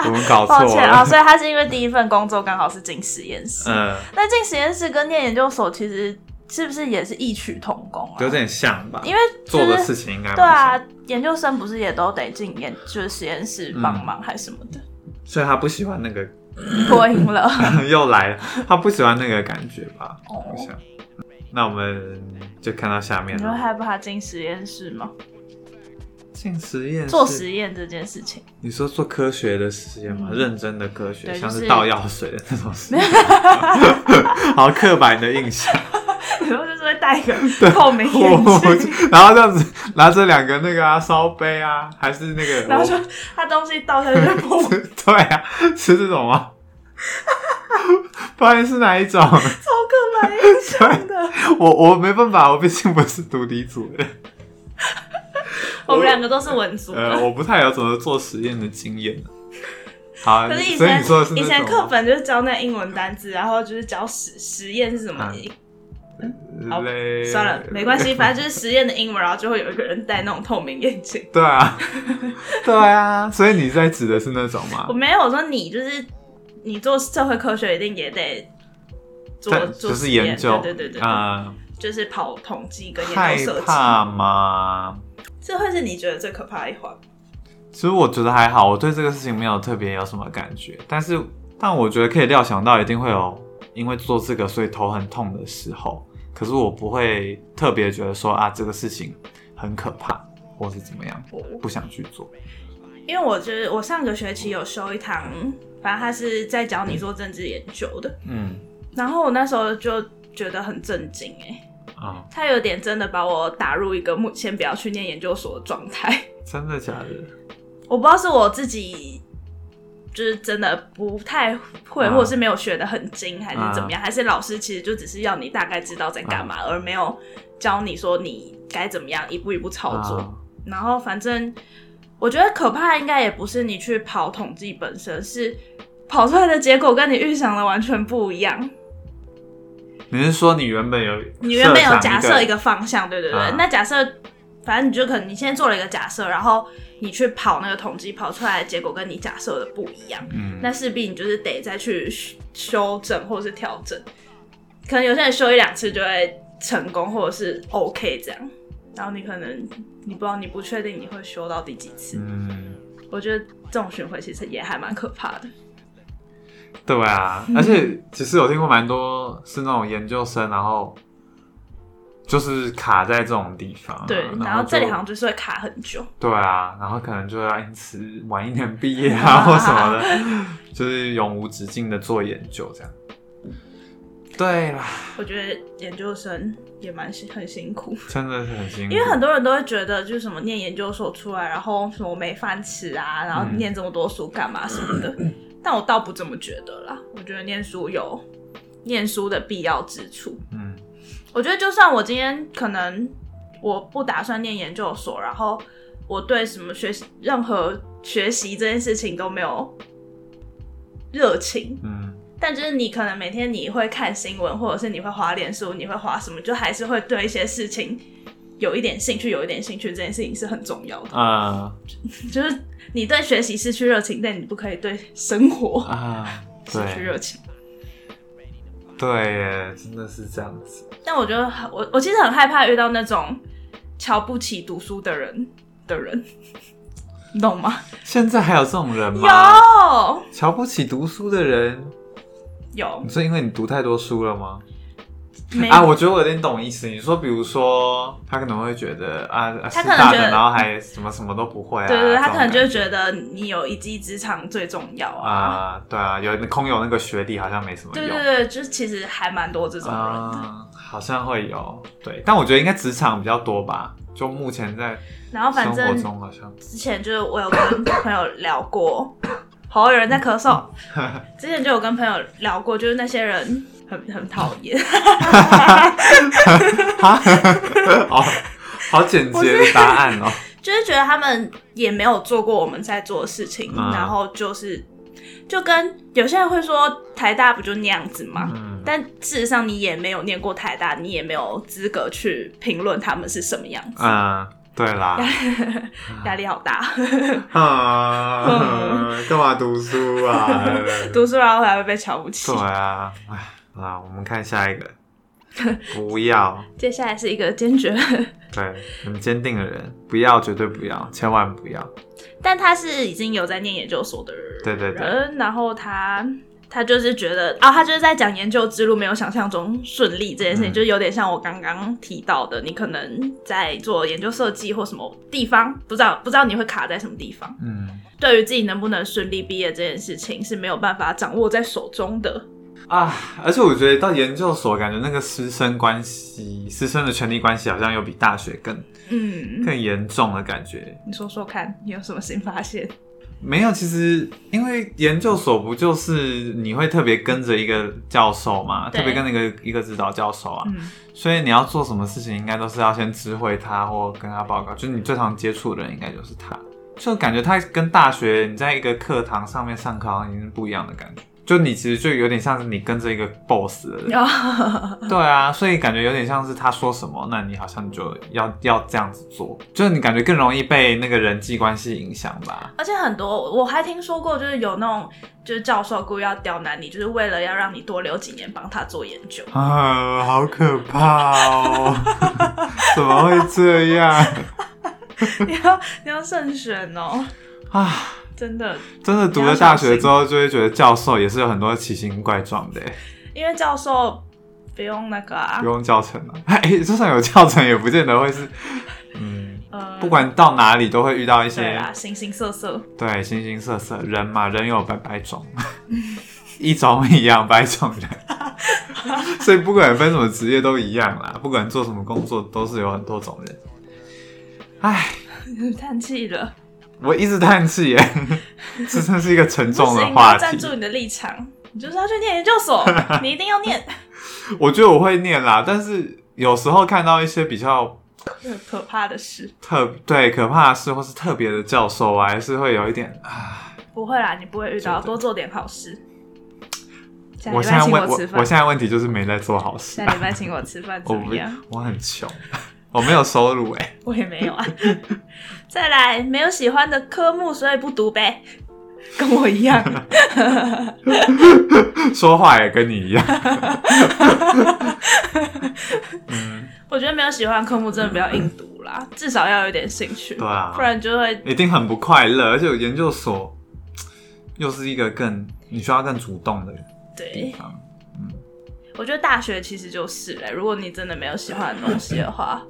[SPEAKER 1] 我们搞
[SPEAKER 2] 抱
[SPEAKER 1] 错
[SPEAKER 2] 歉啊、
[SPEAKER 1] 了
[SPEAKER 2] 哦，。所以他是因为第一份工作刚好是进实验室，
[SPEAKER 1] 嗯，
[SPEAKER 2] 那进实验室跟念研究所其实是不是也是异曲同工啊？
[SPEAKER 1] 有点像吧？
[SPEAKER 2] 因为
[SPEAKER 1] 做的
[SPEAKER 2] 就是
[SPEAKER 1] 事情应该不
[SPEAKER 2] 对
[SPEAKER 1] 像
[SPEAKER 2] 啊，研究生不是也都得进研就是实验室帮忙还是什么 的，
[SPEAKER 1] 所以他不喜欢那个，
[SPEAKER 2] 脱音了。
[SPEAKER 1] 又来了，他不喜欢那个感觉吧？
[SPEAKER 2] 哦
[SPEAKER 1] 我想，哦那我们就看到下面
[SPEAKER 2] 你会
[SPEAKER 1] 了。
[SPEAKER 2] 害怕进实验室吗？
[SPEAKER 1] 进实验室
[SPEAKER 2] 做实验这件事情。
[SPEAKER 1] 你说做科学的实验吗？认真的科学，
[SPEAKER 2] 嗯对
[SPEAKER 1] 像
[SPEAKER 2] 就是
[SPEAKER 1] 是倒药水的那种实 验，好刻板的印象。
[SPEAKER 2] 然后就是会戴一个透明眼镜，
[SPEAKER 1] 然后这样子拿着两个那个啊烧杯啊，还是那个，
[SPEAKER 2] 然后就他东西倒下去就
[SPEAKER 1] 我
[SPEAKER 2] 噗，
[SPEAKER 1] 对啊，是这种 吗？不好意思，哪一种？
[SPEAKER 2] 超刻板印象的。
[SPEAKER 1] 我我没办法，我毕竟不是独立组的。
[SPEAKER 2] 我们两个都是文组的。
[SPEAKER 1] 呃，我不太有怎么做实验的经验。好，
[SPEAKER 2] 可是以
[SPEAKER 1] 所以
[SPEAKER 2] 前
[SPEAKER 1] 你说的是那
[SPEAKER 2] 以前
[SPEAKER 1] 种
[SPEAKER 2] 课本就是教那英文单字，然后就是教实实验是什么。
[SPEAKER 1] 嗯
[SPEAKER 2] 好
[SPEAKER 1] 嘞，
[SPEAKER 2] 算了，没关系，反正就是实验的英文，然后就会有一个人戴那种透明眼镜。
[SPEAKER 1] 对 啊，对啊，所以你在指的是那种吗
[SPEAKER 2] 我？没有我说你就是你做社会科学一定也得做
[SPEAKER 1] 但
[SPEAKER 2] 做
[SPEAKER 1] 就是
[SPEAKER 2] 实验
[SPEAKER 1] 研究，
[SPEAKER 2] 对对对对，
[SPEAKER 1] 啊、
[SPEAKER 2] 就是跑统计跟
[SPEAKER 1] 害
[SPEAKER 2] 研究设计，
[SPEAKER 1] 怕吗？
[SPEAKER 2] 这会是你觉得最可怕的一环吗。
[SPEAKER 1] 其实我觉得还好，我对这个事情没有特别有什么感觉，但是但我觉得可以料想到一定会有因为做这个所以头很痛的时候，可是我不会特别觉得说啊这个事情很可怕或是怎么样，
[SPEAKER 2] 我我
[SPEAKER 1] 不想去做。
[SPEAKER 2] 因为我就是我上个学期有修一堂，反正他是在教你做政治研究的，
[SPEAKER 1] 嗯
[SPEAKER 2] 然后我那时候就觉得很震惊哎、
[SPEAKER 1] 啊、
[SPEAKER 2] 他有点真的把我打入一个目前不要去念研究所的状态。
[SPEAKER 1] 真的假的？
[SPEAKER 2] 我不知道是我自己就是真的不太会，
[SPEAKER 1] 嗯
[SPEAKER 2] 或者是没有学的很精，还是怎么样，还是老师其实就只是要你大概知道在干嘛，而没有教你说你该怎么样一步一步操作。
[SPEAKER 1] 啊
[SPEAKER 2] 然后反正我觉得可怕应该也不是你去跑统计本身，是跑出来的结果跟你预想的完全不一样。
[SPEAKER 1] 你是说你原本有
[SPEAKER 2] 你原本有
[SPEAKER 1] 想
[SPEAKER 2] 假设一个方向，对对对。
[SPEAKER 1] 嗯
[SPEAKER 2] 那假设，反正你就可能你现在做了一个假设，然后你去跑那个统计，跑出来的结果跟你假设的不一样，
[SPEAKER 1] 嗯
[SPEAKER 2] 那势必你就是得再去修修正或是调整。可能有些人修一两次就会成功，或者是 OK 这样。然后你可能你不知道，你不确定你会修到第几次。
[SPEAKER 1] 嗯。
[SPEAKER 2] 我觉得这种巡回其实也还蛮可怕的。
[SPEAKER 1] 对啊，而且其实有听过蛮多是那种研究生，然后就是卡在这种地方，啊
[SPEAKER 2] 对，然
[SPEAKER 1] 然
[SPEAKER 2] 后
[SPEAKER 1] 就
[SPEAKER 2] 这里好像就是会卡很久。
[SPEAKER 1] 对啊，然后可能就要因此晚一年毕业啊 或什么的，就是永无止境的做研究这样。对啦，
[SPEAKER 2] 我觉得研究生也蛮辛很辛苦。
[SPEAKER 1] 真的是很辛苦，
[SPEAKER 2] 因为很多人都会觉得，就是什么念研究所出来，然后什么没饭吃啊，然后
[SPEAKER 1] 嗯
[SPEAKER 2] 念这么多书干嘛什么的。但我倒不这么觉得啦，我觉得念书有念书的必要之处。
[SPEAKER 1] 嗯
[SPEAKER 2] 我觉得就算我今天可能我不打算念研究所，然后我对什么学习任何学习这件事情都没有热情，
[SPEAKER 1] 嗯，
[SPEAKER 2] 但就是你可能每天你会看新闻，或者是你会滑脸书，你会滑什么，就还是会对一些事情有一点兴趣，有一点兴趣这件事情是很重要的。
[SPEAKER 1] 呃
[SPEAKER 2] 就是你对学习失去热情，但你不可以对生活
[SPEAKER 1] 啊，
[SPEAKER 2] 失去
[SPEAKER 1] 对
[SPEAKER 2] 热情。
[SPEAKER 1] 对耶，真的是这样子，
[SPEAKER 2] 但我觉得很我我其实很害怕遇到那种瞧不起读书的人的人， 你懂吗？
[SPEAKER 1] 现在还有这种人吗？
[SPEAKER 2] 有
[SPEAKER 1] 瞧不起读书的人，
[SPEAKER 2] 有
[SPEAKER 1] 你是因为你读太多书了吗？
[SPEAKER 2] 没
[SPEAKER 1] 啊，我觉得我有点懂意思。你说，比如说，他可能会觉得啊，啊
[SPEAKER 2] 他
[SPEAKER 1] 师
[SPEAKER 2] 可能
[SPEAKER 1] 大
[SPEAKER 2] 觉得
[SPEAKER 1] 的，然后还什么什么都不会啊，
[SPEAKER 2] 对对对，他
[SPEAKER 1] 这种
[SPEAKER 2] 可能就
[SPEAKER 1] 感
[SPEAKER 2] 会觉得你有一技之长最重要
[SPEAKER 1] 觉
[SPEAKER 2] 啊。
[SPEAKER 1] 啊，对啊，有空有那个学历好像没什么
[SPEAKER 2] 对
[SPEAKER 1] 用，
[SPEAKER 2] 对对，就是其实还蛮多这种人的。
[SPEAKER 1] 啊，好像会有，对，但我觉得应该职场比较多吧，就目前在
[SPEAKER 2] 然后反
[SPEAKER 1] 生活
[SPEAKER 2] 正
[SPEAKER 1] 中好 像，
[SPEAKER 2] 之前就是我有跟朋友聊过， 好有人在 咳嗽。之前就有跟朋友聊过，就是那些人很很讨厌，
[SPEAKER 1] 哦，好简洁的答案哦，
[SPEAKER 2] 就是觉得他们也没有做过我们在做的事情，
[SPEAKER 1] 嗯
[SPEAKER 2] 然后就是就跟有些人会说台大不就那样子吗？
[SPEAKER 1] 嗯，
[SPEAKER 2] 但事实上，你也没有念过台大，你也没有资格去评论他们是什么样子，
[SPEAKER 1] 嗯，对 啦，
[SPEAKER 2] 压力好大。
[SPEAKER 1] 啊
[SPEAKER 2] 嗯，
[SPEAKER 1] 干嘛读书啊？
[SPEAKER 2] 读书然后还会被瞧不起
[SPEAKER 1] 对。啊，哎，啊，我们看下一个，不要，
[SPEAKER 2] 接下来是一个坚决
[SPEAKER 1] 对，很坚定的人，不要，绝对不要，千万不要。
[SPEAKER 2] 但他是已经有在念研究所的人，
[SPEAKER 1] 对对对
[SPEAKER 2] 然后他他就是觉得啊、他就是在讲研究之路没有想象中顺利这件事
[SPEAKER 1] 嗯
[SPEAKER 2] 情，就是有点像我刚刚提到的，你可能在做研究设计或什么地方，不知道不知道你会卡在什么地方，
[SPEAKER 1] 嗯
[SPEAKER 2] 对于自己能不能顺利毕业这件事情是没有办法掌握在手中的，
[SPEAKER 1] 啊，而且我觉得到研究所，感觉那个师生关系、师生的权利关系，好像又比大学更
[SPEAKER 2] 嗯。
[SPEAKER 1] 更严重的感觉。
[SPEAKER 2] 你说说看，你有什么新发现？
[SPEAKER 1] 没有，其实因为研究所不就是你会特别跟着一个教授嘛，
[SPEAKER 2] 对
[SPEAKER 1] 特别跟那个一个指导教授啊，
[SPEAKER 2] 嗯，
[SPEAKER 1] 所以你要做什么事情，应该都是要先知会他或跟他报告。就是你最常接触的人，应该就是他。就感觉他跟大学你在一个课堂上面上课，好像已经是不一样的感觉。就你其实就有点像是你跟着一个 boss 的 人，对啊，所以感觉有点像是他说什么，那你好像就要要这样子做，就是你感觉更容易被那个人际关系影响吧。
[SPEAKER 2] 而且很多我还听说过，就是有那种就是教授故意要刁难你，就是为了要让你多留几年帮他做研究。
[SPEAKER 1] 啊，好可怕 哦！怎么会这样
[SPEAKER 2] 你要你要慎选哦，
[SPEAKER 1] 啊？
[SPEAKER 2] 真的，
[SPEAKER 1] 真的读了大学之后，就会觉得教授也是有很多奇形怪状的耶，
[SPEAKER 2] 因为教授不用那个啊
[SPEAKER 1] 不，用教程啊。 哎、就算有教程，也不见得会是，嗯，
[SPEAKER 2] 呃，
[SPEAKER 1] 不管到哪里都会遇到一些
[SPEAKER 2] 对啊啦，形形色色，
[SPEAKER 1] 对，形形色色人嘛，人有百百种， 一种一样，百种人， 所以不管分什么职业都一样啦，不管做什么工作都是有很多种人。唉，
[SPEAKER 2] 叹气了，
[SPEAKER 1] 我一直叹气耶， 这真是一个沉
[SPEAKER 2] 不
[SPEAKER 1] 重的
[SPEAKER 2] 行，你
[SPEAKER 1] 话
[SPEAKER 2] 要站
[SPEAKER 1] 题。
[SPEAKER 2] 住你的立场，你就是要去念研究 所，你一定要念，
[SPEAKER 1] 我觉得我会念啦，但是有时候看到一些比较
[SPEAKER 2] 可可怕的事，
[SPEAKER 1] 特对可怕的事或是特别的教授，我还是会有一点啊。
[SPEAKER 2] 不会啦，你不会遇
[SPEAKER 1] 真
[SPEAKER 2] 到，
[SPEAKER 1] 的
[SPEAKER 2] 多做点好事。下
[SPEAKER 1] 我
[SPEAKER 2] 礼
[SPEAKER 1] 现
[SPEAKER 2] 拜
[SPEAKER 1] 在
[SPEAKER 2] 请
[SPEAKER 1] 问我
[SPEAKER 2] 吃饭
[SPEAKER 1] 我，现在问题就是没在做好事
[SPEAKER 2] 下
[SPEAKER 1] 啊、
[SPEAKER 2] 礼拜请我吃饭
[SPEAKER 1] 我
[SPEAKER 2] 怎
[SPEAKER 1] 不
[SPEAKER 2] 么样？
[SPEAKER 1] 我很穷， 我没有收入哎、
[SPEAKER 2] 我也没有啊。 再来，没有喜欢的科目，所以不读呗，跟我一样。
[SPEAKER 1] 说话也跟你一样，
[SPEAKER 2] 我觉得没有喜欢的科目，真的不要硬读啦，至少要有点兴趣，
[SPEAKER 1] 对啊
[SPEAKER 2] 不然就会
[SPEAKER 1] 一定很不快乐。而且研究所又是一个更你需要更主动的地
[SPEAKER 2] 对。
[SPEAKER 1] 方。
[SPEAKER 2] 我觉得大学其实就是嘞、如果你真的没有喜欢的东西的话，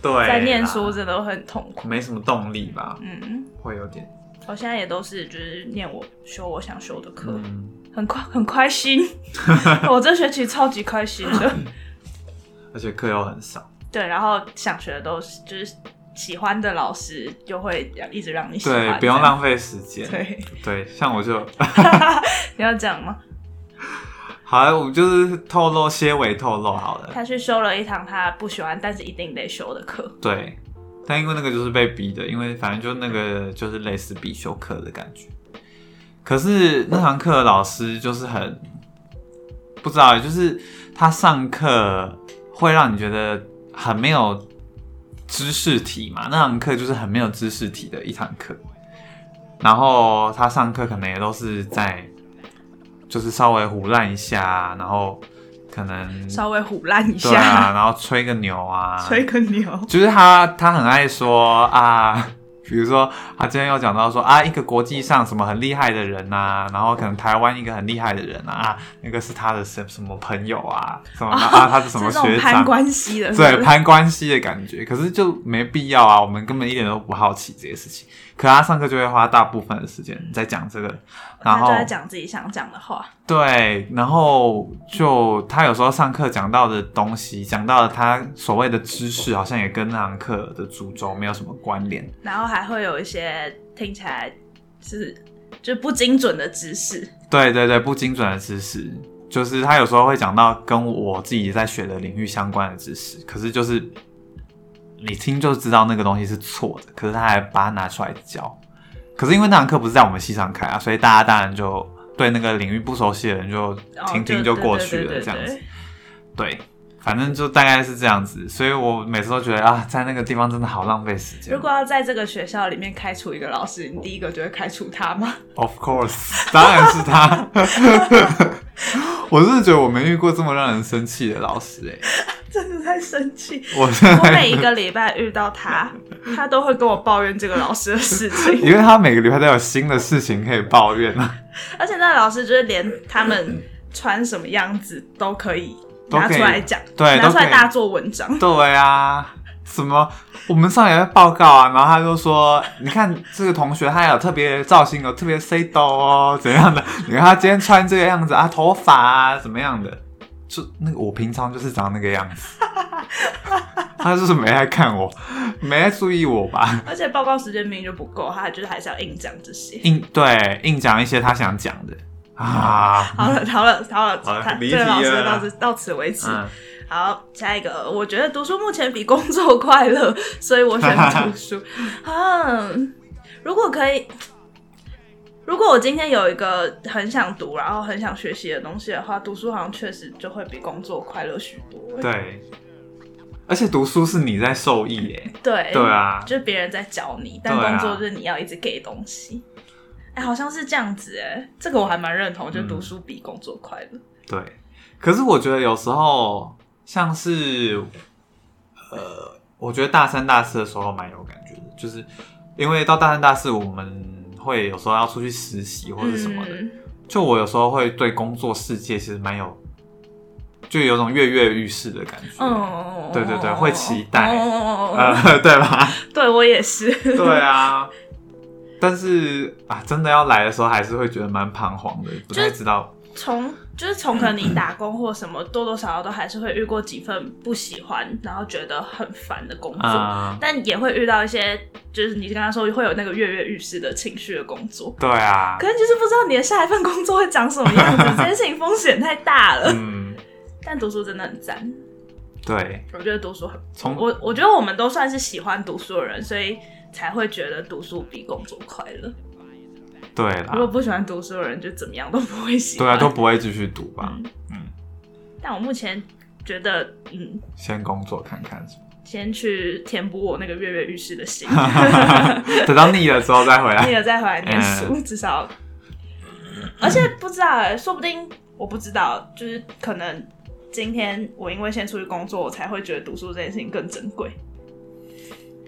[SPEAKER 1] 对啦，
[SPEAKER 2] 在念书真的会很痛苦。
[SPEAKER 1] 没什么动力吧，
[SPEAKER 2] 嗯，
[SPEAKER 1] 会有点。
[SPEAKER 2] 我现在也都是就是念我修我想修的课，
[SPEAKER 1] 嗯，
[SPEAKER 2] 很快很 开心。 我这学期超级开心的。
[SPEAKER 1] 而且课又很少。
[SPEAKER 2] 对，然后想学的都是就是喜欢的老师，就会一直让你喜欢，
[SPEAKER 1] 对，不用浪费时间。
[SPEAKER 2] 对，
[SPEAKER 1] 对，像我就
[SPEAKER 2] 你要讲吗？
[SPEAKER 1] 好，我们就是透露些微透露好了。
[SPEAKER 2] 他去修了一堂他不喜欢，但是一定得修的课。
[SPEAKER 1] 对，但因为那个就是被逼的，因为反正就那个就是类似必修课的感觉。可是那堂课的老师就是很不知道，就是他上课会让你觉得很没有知识体嘛，那堂课就是很没有知识体的一堂课。然后他上课可能也都是在，就是稍微胡乱一下，然后可能
[SPEAKER 2] 稍微胡乱一
[SPEAKER 1] 对
[SPEAKER 2] 下，
[SPEAKER 1] 啊，然后吹个牛啊，
[SPEAKER 2] 吹个牛。
[SPEAKER 1] 就是他他很爱说啊， 比如说他今天又讲到说啊，一个国际上什么很厉害的人呐、然后可能台湾一个很厉害的人啊，啊那个是他的什什么朋友啊，什么的啊，他是什么
[SPEAKER 2] 哦是这种
[SPEAKER 1] 学
[SPEAKER 2] 攀
[SPEAKER 1] 长。
[SPEAKER 2] 关系的，是
[SPEAKER 1] 对
[SPEAKER 2] 不是
[SPEAKER 1] 攀关系的感觉，可是就没必要啊，我们根本一点都不好奇这些事情。可他上课就会花大部分的时间在讲这个，然
[SPEAKER 2] 他
[SPEAKER 1] 后
[SPEAKER 2] 就在讲自己想讲的话，
[SPEAKER 1] 对，然后就他有时候上课讲到的东西，讲到的他所谓的知识，好像也跟那堂课的主轴没有什么关联。
[SPEAKER 2] 然后还会有一些听起来是就不精准的知识。
[SPEAKER 1] 对对对，不精准的知识，就是他有时候会讲到跟我自己在学的领域相关的知识，可是就是你听就知道那个东西是错的，可是他还把它拿出来教。可是因为那堂课不是在我们系上开啊，所以大家当然就对那个领域不熟悉的人就
[SPEAKER 2] 哦
[SPEAKER 1] 听听
[SPEAKER 2] 就
[SPEAKER 1] 就过去了，
[SPEAKER 2] 对对对对
[SPEAKER 1] 这样子
[SPEAKER 2] 对。
[SPEAKER 1] 对，反正就大概是这样子，所以我每次都觉得啊，在那个地方真的好浪费时间
[SPEAKER 2] 如。果要在这个学校里面开除一个老师，你第一个就会开除他吗？
[SPEAKER 1] Of course，当 然是他。我真的觉得我没遇过这么让人生气的老师哎、
[SPEAKER 2] 真的太生气。
[SPEAKER 1] 我真
[SPEAKER 2] 我每一
[SPEAKER 1] 的，
[SPEAKER 2] 个礼拜遇到 他，他都会跟我抱怨这个老师的事情，
[SPEAKER 1] 因为他每个礼拜都有新的事情可以抱怨啊，
[SPEAKER 2] 而且那个老师就是连他们穿什么样子都可以
[SPEAKER 1] 都
[SPEAKER 2] 拿
[SPEAKER 1] 可以
[SPEAKER 2] 出来讲，
[SPEAKER 1] 对
[SPEAKER 2] 拿出
[SPEAKER 1] 都可
[SPEAKER 2] 来
[SPEAKER 1] 以
[SPEAKER 2] 大做文 章。
[SPEAKER 1] 对啊。什么？我们上礼拜报告啊，然后他就说，你看这个同学他有特别造型，有特别 C 斗哦，怎样的？ 你看他今天穿这个样子啊，头发啊，怎么样的？就那个我平常就是长那个样子， 他就是没在看我，没在注意我吧？
[SPEAKER 2] 而 且报告时间明明就不够，他就是还是要硬讲这些。
[SPEAKER 1] 硬对硬讲一些他想讲的，啊，
[SPEAKER 2] 好了，好了，好了，
[SPEAKER 1] 好了
[SPEAKER 2] 他
[SPEAKER 1] 离
[SPEAKER 2] 这个
[SPEAKER 1] 题
[SPEAKER 2] 老师
[SPEAKER 1] 了
[SPEAKER 2] 到此到此为止。
[SPEAKER 1] 嗯，
[SPEAKER 2] 好，下一个，我觉得读书目前比工作快乐， 所以我选 读书。啊，如果可以，如果我今天有一个很想读，然后很想学习的东西的话，读书好像确实就会比工作快乐许多。
[SPEAKER 1] 对。而且读书是你在受益耶，
[SPEAKER 2] 对
[SPEAKER 1] 对，啊，
[SPEAKER 2] 就是别人在教你，但
[SPEAKER 1] 对啊
[SPEAKER 2] 工作就是你要一直给东西。哎、好像是这样子哎，这个我还蛮认同，就读书比工作快乐。
[SPEAKER 1] 对。可是我觉得有时候像是，呃，我觉得大三大四的时候蛮有感觉的，就是因为到大三大四我们会有时候要出去实习或者什么的，
[SPEAKER 2] 嗯
[SPEAKER 1] 就我有时候会对工作世界其实蛮有，就有种跃跃欲试的感觉。
[SPEAKER 2] 嗯，
[SPEAKER 1] 对对对会期待
[SPEAKER 2] 嗯嗯嗯嗯嗯
[SPEAKER 1] 呃，对吧？
[SPEAKER 2] 对我也是。
[SPEAKER 1] 对啊，但是啊，真的要来的时候，还是会觉得蛮彷徨的，不太知道。
[SPEAKER 2] 从就是从可能你打工或什么，多多少少都还是会遇过几份不喜欢，然后觉得很烦的工作，
[SPEAKER 1] 嗯，
[SPEAKER 2] 但也会遇到一些就是你刚刚说会有那个跃跃欲试的情绪的工作。
[SPEAKER 1] 对啊
[SPEAKER 2] 可，能就是不知道你的下一份工作会长什么 样子，这件事情风险太大了。
[SPEAKER 1] 嗯，
[SPEAKER 2] 但读书真的很赞，
[SPEAKER 1] 对，
[SPEAKER 2] 我觉得读书很，
[SPEAKER 1] 从
[SPEAKER 2] 我我觉得我们都算是喜欢读书的人，所以才会觉得读书比工作快乐。
[SPEAKER 1] 对
[SPEAKER 2] 如
[SPEAKER 1] 啦，
[SPEAKER 2] 果不喜欢读书的人，就怎么样都不会喜
[SPEAKER 1] 啊对
[SPEAKER 2] 欢。
[SPEAKER 1] 啊，都不会继续读吧，
[SPEAKER 2] 嗯但我目前觉得，嗯，
[SPEAKER 1] 先工作看看，
[SPEAKER 2] 先去填补我那个跃跃欲试的心，
[SPEAKER 1] 等到腻了之后再回
[SPEAKER 2] 那
[SPEAKER 1] 来。
[SPEAKER 2] 个再回来念书，
[SPEAKER 1] 嗯
[SPEAKER 2] 至少。而且不知道哎、说不定我不知道，就是可能今天我因为先出去工作，我才会觉得读书这件事情更珍贵，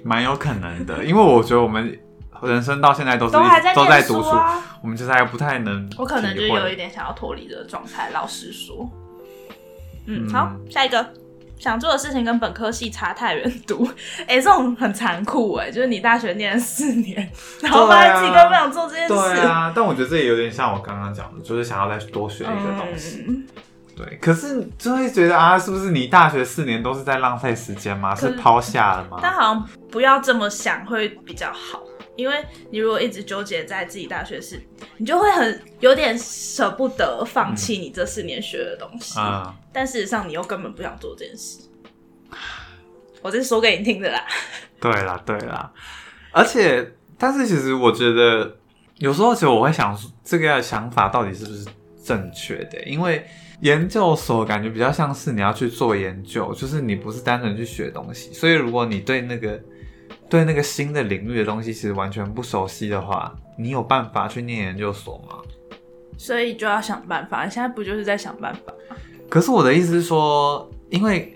[SPEAKER 1] 蛮有可能的，因为我觉得我们人生到现在都是
[SPEAKER 2] 都还
[SPEAKER 1] 一直都
[SPEAKER 2] 念
[SPEAKER 1] 在读
[SPEAKER 2] 书
[SPEAKER 1] 书，
[SPEAKER 2] 啊。
[SPEAKER 1] 我们就是还不太能体会。
[SPEAKER 2] 我可能就有一点想要脱离的状态，老实说。嗯，
[SPEAKER 1] 嗯
[SPEAKER 2] 好，下一个。想做的事情跟本科系差太远， 读，哎、这种很残酷哎、就是你大学念了四年，然后发现自己根本不想做这件事，
[SPEAKER 1] 对啊，但我觉得这也有点像我刚刚讲的，就是想要再多学一个东西。
[SPEAKER 2] 嗯、
[SPEAKER 1] 对，可是就会觉得啊，是不是你大学四年都是在浪费时间吗？
[SPEAKER 2] 可
[SPEAKER 1] 是
[SPEAKER 2] 是
[SPEAKER 1] 抛下了吗？
[SPEAKER 2] 但好像不要这么想会比较好，因为你如果一直纠结在自己大学时，你就会很有点舍不得放弃你这四年学的东西，
[SPEAKER 1] 嗯，
[SPEAKER 2] 但事实上你又根本不想做这件事。我这是说给你听的啦，
[SPEAKER 1] 对啦，对啦。而且，但是其实我觉得，有时候其实我会想说，这个想法到底是不是正确的？因为研究所感觉比较像是你要去做研究，就是你不是单纯去学东西。所以，如果你对那个对那个新的领域的东西其实完全不熟悉的话，你有办法去念研究所吗？嗯
[SPEAKER 2] 所以就要想办法。你现在不就是在想办法？
[SPEAKER 1] 可是我的意思是说，因为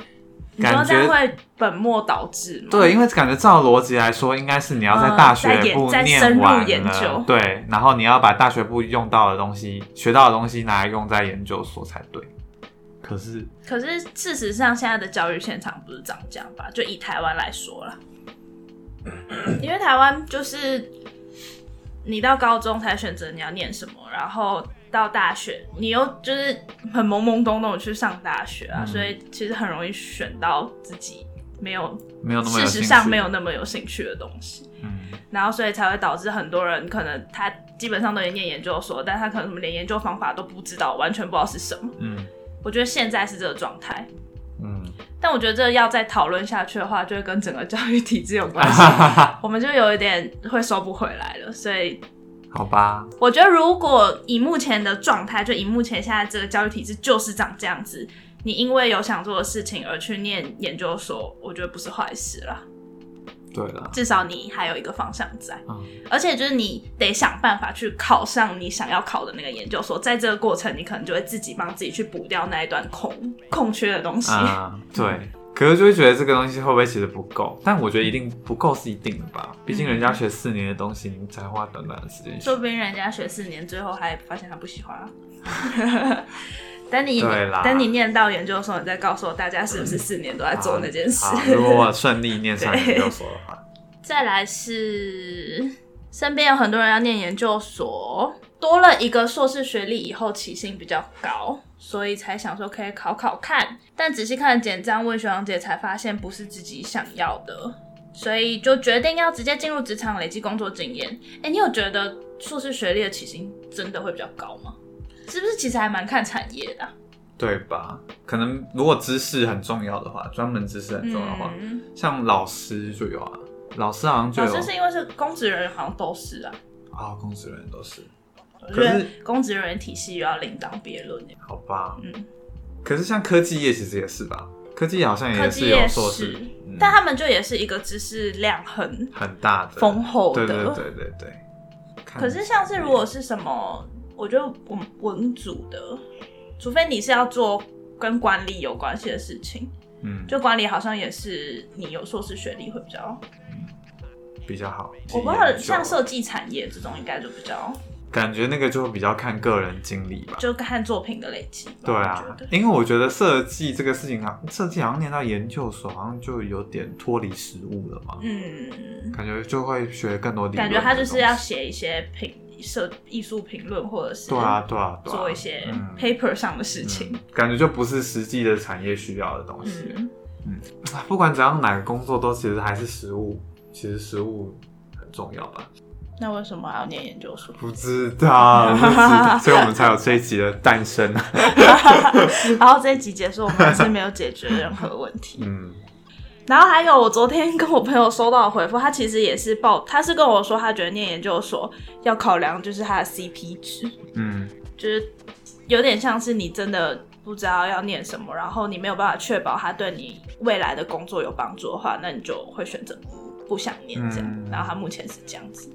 [SPEAKER 2] 你说
[SPEAKER 1] 感
[SPEAKER 2] 这样
[SPEAKER 1] 觉
[SPEAKER 2] 会本末倒置吗？
[SPEAKER 1] 对，因为感觉照逻辑来说，应该是你要在
[SPEAKER 2] 嗯
[SPEAKER 1] 大
[SPEAKER 2] 再
[SPEAKER 1] 学
[SPEAKER 2] 研
[SPEAKER 1] 部
[SPEAKER 2] 再深
[SPEAKER 1] 念
[SPEAKER 2] 入
[SPEAKER 1] 完
[SPEAKER 2] 研究
[SPEAKER 1] 了，对，然后你要把大学部用到的东西、学到的东西拿来用在研究所才对。可是，
[SPEAKER 2] 可是事实上，现在的教育现场不是长这样吧？就以台湾来说啦， 因为台湾就是你到高中才选择你要念什么，然后到大学你又就是很懵懵懂懂地去上大学啊，
[SPEAKER 1] 嗯
[SPEAKER 2] 所以其实很容易选到自己没有，
[SPEAKER 1] 没有那么有
[SPEAKER 2] 事
[SPEAKER 1] 兴
[SPEAKER 2] 实
[SPEAKER 1] 趣
[SPEAKER 2] 上没有那么有兴趣的东西。
[SPEAKER 1] 嗯，
[SPEAKER 2] 然后所以才会导致很多人可能他基本上都已经念研究所，但他可能连研究方法都不知道，完全不知道是什么。
[SPEAKER 1] 嗯
[SPEAKER 2] 我觉得现在是这个状态。
[SPEAKER 1] 嗯
[SPEAKER 2] 但我觉得这要再讨论下去的话，就会跟整个教育体制有关 系，
[SPEAKER 1] 嗯，
[SPEAKER 2] 我们就有一点会收不回来了。所以
[SPEAKER 1] 好吧，
[SPEAKER 2] 我觉得，如果以目前的状态，就以目前现在这个教育体制就是长这样子，你因为有想做的事情而去念研究所，我觉得不是坏事啦。
[SPEAKER 1] 对了，
[SPEAKER 2] 至少你还有一个方向在，
[SPEAKER 1] 嗯
[SPEAKER 2] 而且就是你得想办法去考上你想要考的那个研究所，在这个过程，你可能就会自己帮自己去补掉那一段空空缺的东西。
[SPEAKER 1] 嗯，对。可是就会觉得这个东西会不会其实不够？但我觉得一定不够是一定的吧，毕竟
[SPEAKER 2] 嗯
[SPEAKER 1] 人家学四年的东西，你才花短短的时间学
[SPEAKER 2] 说。不定人家学四年，最后还发现他不喜欢啊。 等你
[SPEAKER 1] 对啦嗯
[SPEAKER 2] 等你念到研究所，你再告诉我大家是不是四年都在做那件事。
[SPEAKER 1] 好，啊如果我顺利念上研究所的话，
[SPEAKER 2] 再来是身边有很多人要念研究所，多了一个硕士学历以后，起薪比较高，所以才想说可以考考看。但仔细看了简章，问学长姐才发现不是自己想要的，所以就决定要直接进入职场，累积工作经验。哎、你有觉得硕士学历的起薪真的会比较高吗？是不是其实还蛮看产业的啊、
[SPEAKER 1] 对吧？可能如果知识很重要的话，专门知识很重要的话，
[SPEAKER 2] 嗯，
[SPEAKER 1] 像老师就有啊，老师好像就
[SPEAKER 2] 老
[SPEAKER 1] 有
[SPEAKER 2] 师是因为是公职人员，好像都是啊。
[SPEAKER 1] 啊，公职人员都是，
[SPEAKER 2] 我觉
[SPEAKER 1] 可
[SPEAKER 2] 得
[SPEAKER 1] 是
[SPEAKER 2] 公职人员体系又要另当别论耶。
[SPEAKER 1] 好吧？
[SPEAKER 2] 嗯，
[SPEAKER 1] 可是像科技业其实也是吧，科技业好像
[SPEAKER 2] 科
[SPEAKER 1] 也
[SPEAKER 2] 技
[SPEAKER 1] 是
[SPEAKER 2] 也
[SPEAKER 1] 有
[SPEAKER 2] 是
[SPEAKER 1] 硕士，嗯
[SPEAKER 2] 但他们就也是一个知识量很
[SPEAKER 1] 很大的
[SPEAKER 2] 丰厚的。
[SPEAKER 1] 对对对对对。看
[SPEAKER 2] 可是像是如果是什么，我觉得文文组的，除非你是要做跟管理有关系的事情，
[SPEAKER 1] 嗯，
[SPEAKER 2] 就管理好像也是你有硕士学历会比较。
[SPEAKER 1] 比较好。
[SPEAKER 2] 我不知道
[SPEAKER 1] 研究
[SPEAKER 2] 像设计产业这种应该就比较
[SPEAKER 1] 感觉那个就比较看个人经历吧。
[SPEAKER 2] 就看作品的累积吧。
[SPEAKER 1] 对
[SPEAKER 2] 我
[SPEAKER 1] 啊
[SPEAKER 2] 觉得，
[SPEAKER 1] 因为我觉得设计这个事情啊，设计好像念到研究所，好像就有点脱离实物了嘛，
[SPEAKER 2] 嗯，
[SPEAKER 1] 感觉就会学更多理论
[SPEAKER 2] 感
[SPEAKER 1] 的东西。
[SPEAKER 2] 觉他就是要写一些评设艺术评论，或者是
[SPEAKER 1] 对啊，对啊，对啊，
[SPEAKER 2] 做一些
[SPEAKER 1] 嗯
[SPEAKER 2] paper 上的事情。
[SPEAKER 1] 嗯感觉就不是实际的产业需要的东西。
[SPEAKER 2] 嗯，
[SPEAKER 1] 啊不管怎样，哪个工作都其实还是实物，其实实物很重要吧。
[SPEAKER 2] 那为什么还要念研究所？
[SPEAKER 1] 不知 道，不知道，所以我们才有这一集的诞生啊。
[SPEAKER 2] 然后这一集结束，我们还是没有解决任何问 题。
[SPEAKER 1] 嗯，
[SPEAKER 2] 然后还有，我昨天跟我朋友收到的回复，他其实也是报，他是跟我说，他觉得念研究所要考量就是他的 CP 值，
[SPEAKER 1] 嗯，
[SPEAKER 2] 就是有点像是你真的不知道要念什么，然后你没有办法确保他对你未来的工作有帮助的话，那你就会选择不不想念这样。
[SPEAKER 1] 嗯
[SPEAKER 2] 然后他目前是这样子。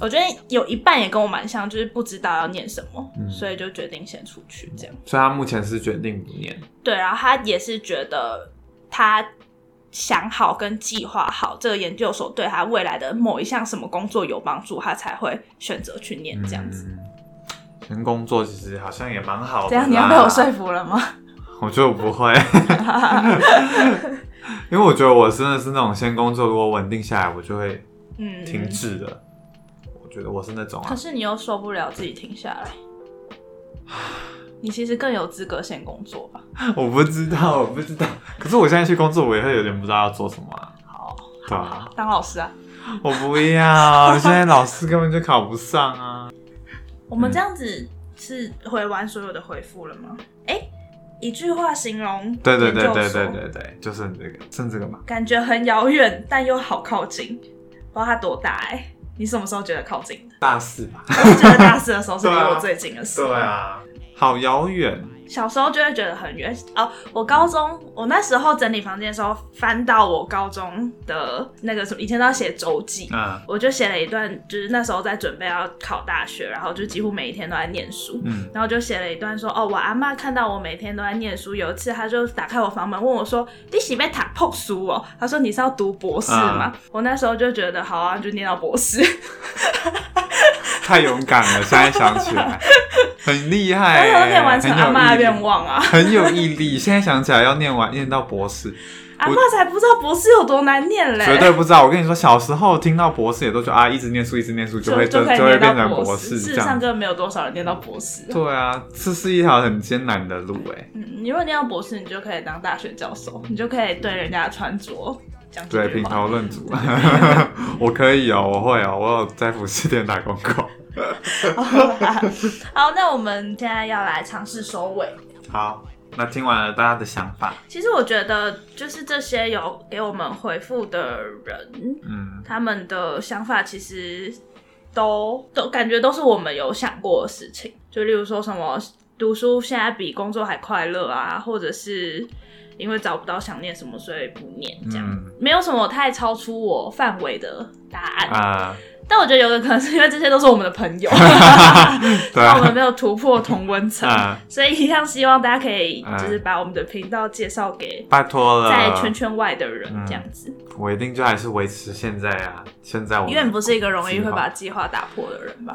[SPEAKER 2] 我觉得有一半也跟我蛮像，就是不知道要念什么，
[SPEAKER 1] 嗯
[SPEAKER 2] 所以就决定先出去这样。
[SPEAKER 1] 所以他目前是决定不念。
[SPEAKER 2] 对，然后他也是觉得他想好跟计划好这个研究所对他未来的某一项什么工作有帮助，他才会选择去念这样子。
[SPEAKER 1] 嗯。人工作其实好像也蛮好的。
[SPEAKER 2] 这样你要被我说？服了吗？
[SPEAKER 1] 我觉得我不会， 因为我觉得我真的是那种先工作，如果稳定下来，我就会
[SPEAKER 2] 嗯，
[SPEAKER 1] 停滞的。我觉得我是那种
[SPEAKER 2] 可
[SPEAKER 1] 啊，
[SPEAKER 2] 是你又受不了自己停下来，你其实更有资格先工作吧？
[SPEAKER 1] 我不知道，我不知道。可是我现在去工作，我也会有点不知道要做什么啊。
[SPEAKER 2] 好，
[SPEAKER 1] 对啊，
[SPEAKER 2] 当老师啊。
[SPEAKER 1] 我不要，现在老师根本就考不上啊。
[SPEAKER 2] 我们这样子是回完所有的回复了吗？哎、一句话形容
[SPEAKER 1] 对对对
[SPEAKER 2] 研究
[SPEAKER 1] 对对
[SPEAKER 2] 所
[SPEAKER 1] 对对，就是你这个，剩这个嘛。
[SPEAKER 2] 感觉很遥远，但又好靠近。不知道它多大哎、你什么时候觉得靠 近的？
[SPEAKER 1] 大四吧。
[SPEAKER 2] 我觉得大四的时候是离我最近的时候。
[SPEAKER 1] 对啊，好遥远。
[SPEAKER 2] 小时候就会觉得很远哦。我高中，我那时候整理房间的时候，翻到我高中的那个什么，以前都要写周记，
[SPEAKER 1] 嗯
[SPEAKER 2] 我就写了一段，就是那时候在准备要考大学，然后就几乎每一天都在念书。
[SPEAKER 1] 嗯
[SPEAKER 2] 然后就写了一段说，哦，我阿妈看到我每天都在念书，有一次她就打开我房门问我说，你喜被塔破书哦？她说你是要读博士吗？
[SPEAKER 1] 啊
[SPEAKER 2] 我那时候就觉得好啊，就念到博士，
[SPEAKER 1] 太勇敢了，现在想起 来，很厉害、欸，
[SPEAKER 2] 但是我念完成
[SPEAKER 1] 很有
[SPEAKER 2] 阿妈的
[SPEAKER 1] 毅力
[SPEAKER 2] 愿，望啊，
[SPEAKER 1] 很有毅 力。现在想起来要念完，念到博士，
[SPEAKER 2] 阿妈才不知道博士有多难念嘞，
[SPEAKER 1] 绝对不知道。我跟你说，小时候听到博士也都觉得啊，一直念书，一直念书
[SPEAKER 2] 就
[SPEAKER 1] 会就
[SPEAKER 2] 就可以
[SPEAKER 1] 会
[SPEAKER 2] 念
[SPEAKER 1] 变
[SPEAKER 2] 到
[SPEAKER 1] 成
[SPEAKER 2] 博
[SPEAKER 1] 士
[SPEAKER 2] 事
[SPEAKER 1] 这
[SPEAKER 2] 实上
[SPEAKER 1] 样。
[SPEAKER 2] 根本没有多少人念到博士。
[SPEAKER 1] 对啊，这是一条很艰难的路哎、
[SPEAKER 2] 嗯，你如果念到博士，你就可以当大学教授，你就可以对人家的穿着讲几
[SPEAKER 1] 对，
[SPEAKER 2] 句
[SPEAKER 1] 品
[SPEAKER 2] 话。
[SPEAKER 1] 头论足， 我可以哦，我会哦，我有在服饰店打工过。
[SPEAKER 2] 好，那我们现在要来尝试收尾。
[SPEAKER 1] 好，那听完了大家的想法，
[SPEAKER 2] 其实我觉得，就是这些有给我们回复的人，
[SPEAKER 1] 嗯，
[SPEAKER 2] 他们的想法其实都都感觉都是我们有想过的事情。就例如说什么读书现在比工作还快乐啊，或者是因为找不到想念什么，所以不念这样，
[SPEAKER 1] 嗯
[SPEAKER 2] 没有什么太超出我范围的答案。
[SPEAKER 1] 啊、
[SPEAKER 2] 但我觉得有的可能是因为这些都是我们的朋 友，
[SPEAKER 1] 对
[SPEAKER 2] 那我
[SPEAKER 1] 啊
[SPEAKER 2] 们，没有突破同温 层，
[SPEAKER 1] 啊
[SPEAKER 2] 所以一样希望大家可以
[SPEAKER 1] 嗯
[SPEAKER 2] 就是把我们的频道介绍给
[SPEAKER 1] 拜托了，
[SPEAKER 2] 在圈圈外的人
[SPEAKER 1] 嗯
[SPEAKER 2] 这样子，
[SPEAKER 1] 我一定就还是维持现在啊，现在我
[SPEAKER 2] 因为你不是一个容易会把计划打破的人吧？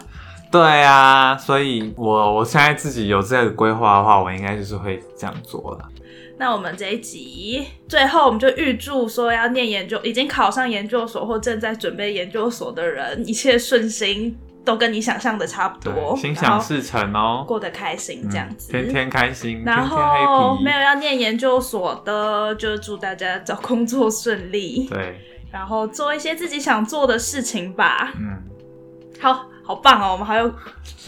[SPEAKER 1] 对啊，所以我我现在自己有这个规划的话，我应该就是会这样做了。
[SPEAKER 2] 那我们这一集最后，我们就预祝说要念研究、已经考上研究所或正在准备研究所的人，一切顺心，都跟你想象的差不多，
[SPEAKER 1] 对，心
[SPEAKER 2] 然
[SPEAKER 1] 想
[SPEAKER 2] 后
[SPEAKER 1] 事成哦，
[SPEAKER 2] 过得开心这样
[SPEAKER 1] 嗯
[SPEAKER 2] 子。
[SPEAKER 1] 天天开心，
[SPEAKER 2] 然
[SPEAKER 1] 天
[SPEAKER 2] 后
[SPEAKER 1] 天黑皮，
[SPEAKER 2] 没有要念研究所的，就祝大家找工作顺利，
[SPEAKER 1] 对，
[SPEAKER 2] 然后做一些自己想做的事情吧。
[SPEAKER 1] 嗯，
[SPEAKER 2] 好，好棒哦！我们还有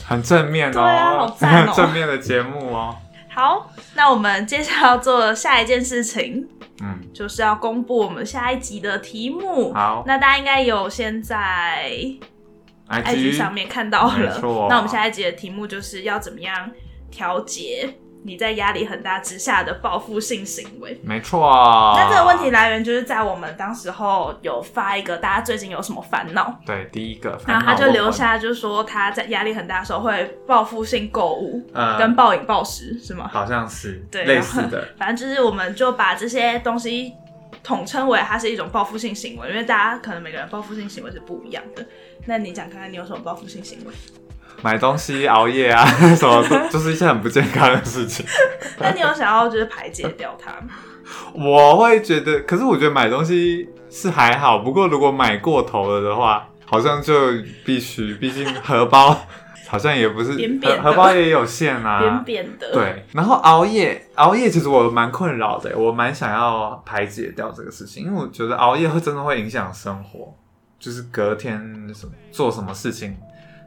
[SPEAKER 1] 很正面哦，
[SPEAKER 2] 对啊好赞 哦
[SPEAKER 1] 正面的节目哦。
[SPEAKER 2] 好，那我们接下来要做的下一件事情，
[SPEAKER 1] 嗯，
[SPEAKER 2] 就是要公布我们下一集的题目。
[SPEAKER 1] 好
[SPEAKER 2] 那大家应该有先在 IG 上面看到
[SPEAKER 1] 没
[SPEAKER 2] 了。
[SPEAKER 1] 错
[SPEAKER 2] 那我们下一集的题目就是要怎么样调节你在压力很大之下的报复性行为。
[SPEAKER 1] 没错。
[SPEAKER 2] 那这个问题来源就是在我们当时候有发一个大家最近有什么烦恼，
[SPEAKER 1] 对第一个，
[SPEAKER 2] 然
[SPEAKER 1] 烦恼
[SPEAKER 2] 后他就
[SPEAKER 1] 问
[SPEAKER 2] 留
[SPEAKER 1] 我，
[SPEAKER 2] 下就是说他在压力很大的时候会报复性购物
[SPEAKER 1] 呃，
[SPEAKER 2] 跟暴饮暴食是吗？
[SPEAKER 1] 好像是
[SPEAKER 2] 对
[SPEAKER 1] 类
[SPEAKER 2] 然后
[SPEAKER 1] 似的，
[SPEAKER 2] 反正就是我们就把这些东西统称为它是一种报复性行为，因为大家可能每个人报复性行为是不一样的。那你讲看看你有什么报复性行为？
[SPEAKER 1] 买东西、熬夜啊， 什么都就是一些很不健康的事情。
[SPEAKER 2] 那你有想要就是排解掉它吗？
[SPEAKER 1] 我会觉得，可是我觉得买东西是还好，不过如果买过头了的话，好像就必须，毕竟荷包好像也不是
[SPEAKER 2] 扁扁的
[SPEAKER 1] 荷荷包也有限啊。
[SPEAKER 2] 扁扁的，，
[SPEAKER 1] 对，然后熬夜，熬夜其实我蛮困扰的，我蛮想要排解掉这个事情，因为我觉得熬夜会真的会影响生活，就是隔天什么做什么事情，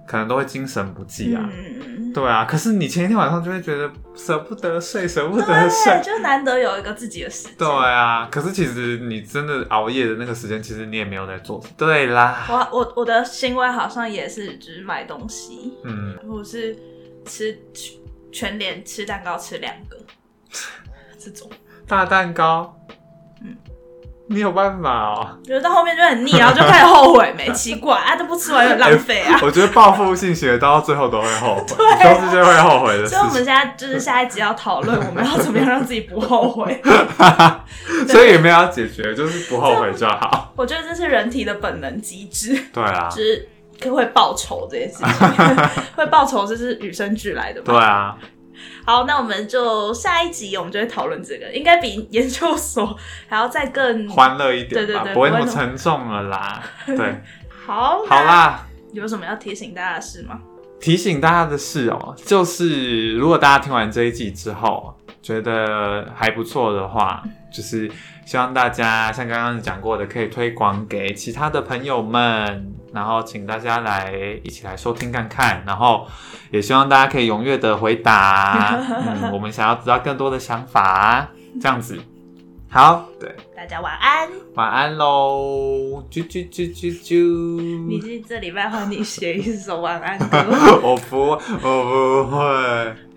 [SPEAKER 1] 可能都会精神不济啊。
[SPEAKER 2] 嗯，
[SPEAKER 1] 对啊，可是你前一天晚上就会觉得舍不得睡，舍不得睡
[SPEAKER 2] 对，，就难得有一个自己的时间。
[SPEAKER 1] 对啊，可是其实你真的熬夜的那个时间，其实你也没有在做。对啦，
[SPEAKER 2] 我我我的行为好像也是，只是买东西，
[SPEAKER 1] 嗯，
[SPEAKER 2] 或者是吃吃全脸吃蛋糕吃两个，这种，
[SPEAKER 1] 大蛋糕，
[SPEAKER 2] 嗯
[SPEAKER 1] 你有办法哦。
[SPEAKER 2] 觉得到后面就很腻，然后就开始后悔没，奇怪啊，都不吃完有点浪费啊。
[SPEAKER 1] 我觉得报复性学到最后都会后悔，都是些会后悔的事
[SPEAKER 2] 所以，我们现
[SPEAKER 1] 情，
[SPEAKER 2] 在就是下一集要讨论，我们要怎么样让自己不 后悔。
[SPEAKER 1] 所以也没有要解决，就是不后悔就好。
[SPEAKER 2] 我觉得这是人体的本能机制，
[SPEAKER 1] 对啊
[SPEAKER 2] 就，是会报仇这件事 情，会报仇这是与生俱来的嘛。
[SPEAKER 1] 对啊，
[SPEAKER 2] 好，那我们就下一集我们就会讨论这个，应该比研究所还要再更
[SPEAKER 1] 欢乐一点
[SPEAKER 2] 嗯对对
[SPEAKER 1] 吧，
[SPEAKER 2] 对
[SPEAKER 1] 不会那么
[SPEAKER 2] 不会那
[SPEAKER 1] 沉重了啦。 对，
[SPEAKER 2] 好。
[SPEAKER 1] 好，啦。
[SPEAKER 2] 有什么要提醒大家的事吗？
[SPEAKER 1] 提醒大家的是哦，就是如果大家听完这一季之后觉得还不错的话，就是希望大家像刚刚讲过的，可以推广给其他的朋友们，然后请大家来一起来收听看看，然后也希望大家可以踊跃的回答，嗯，我们想要知道更多的想法，这样子。好，对，
[SPEAKER 2] 大家晚 安。
[SPEAKER 1] 晚安喽，啾啾啾啾
[SPEAKER 2] 你
[SPEAKER 1] 啾。
[SPEAKER 2] 是这礼拜换你写一首晚安歌。
[SPEAKER 1] 我不，我不会。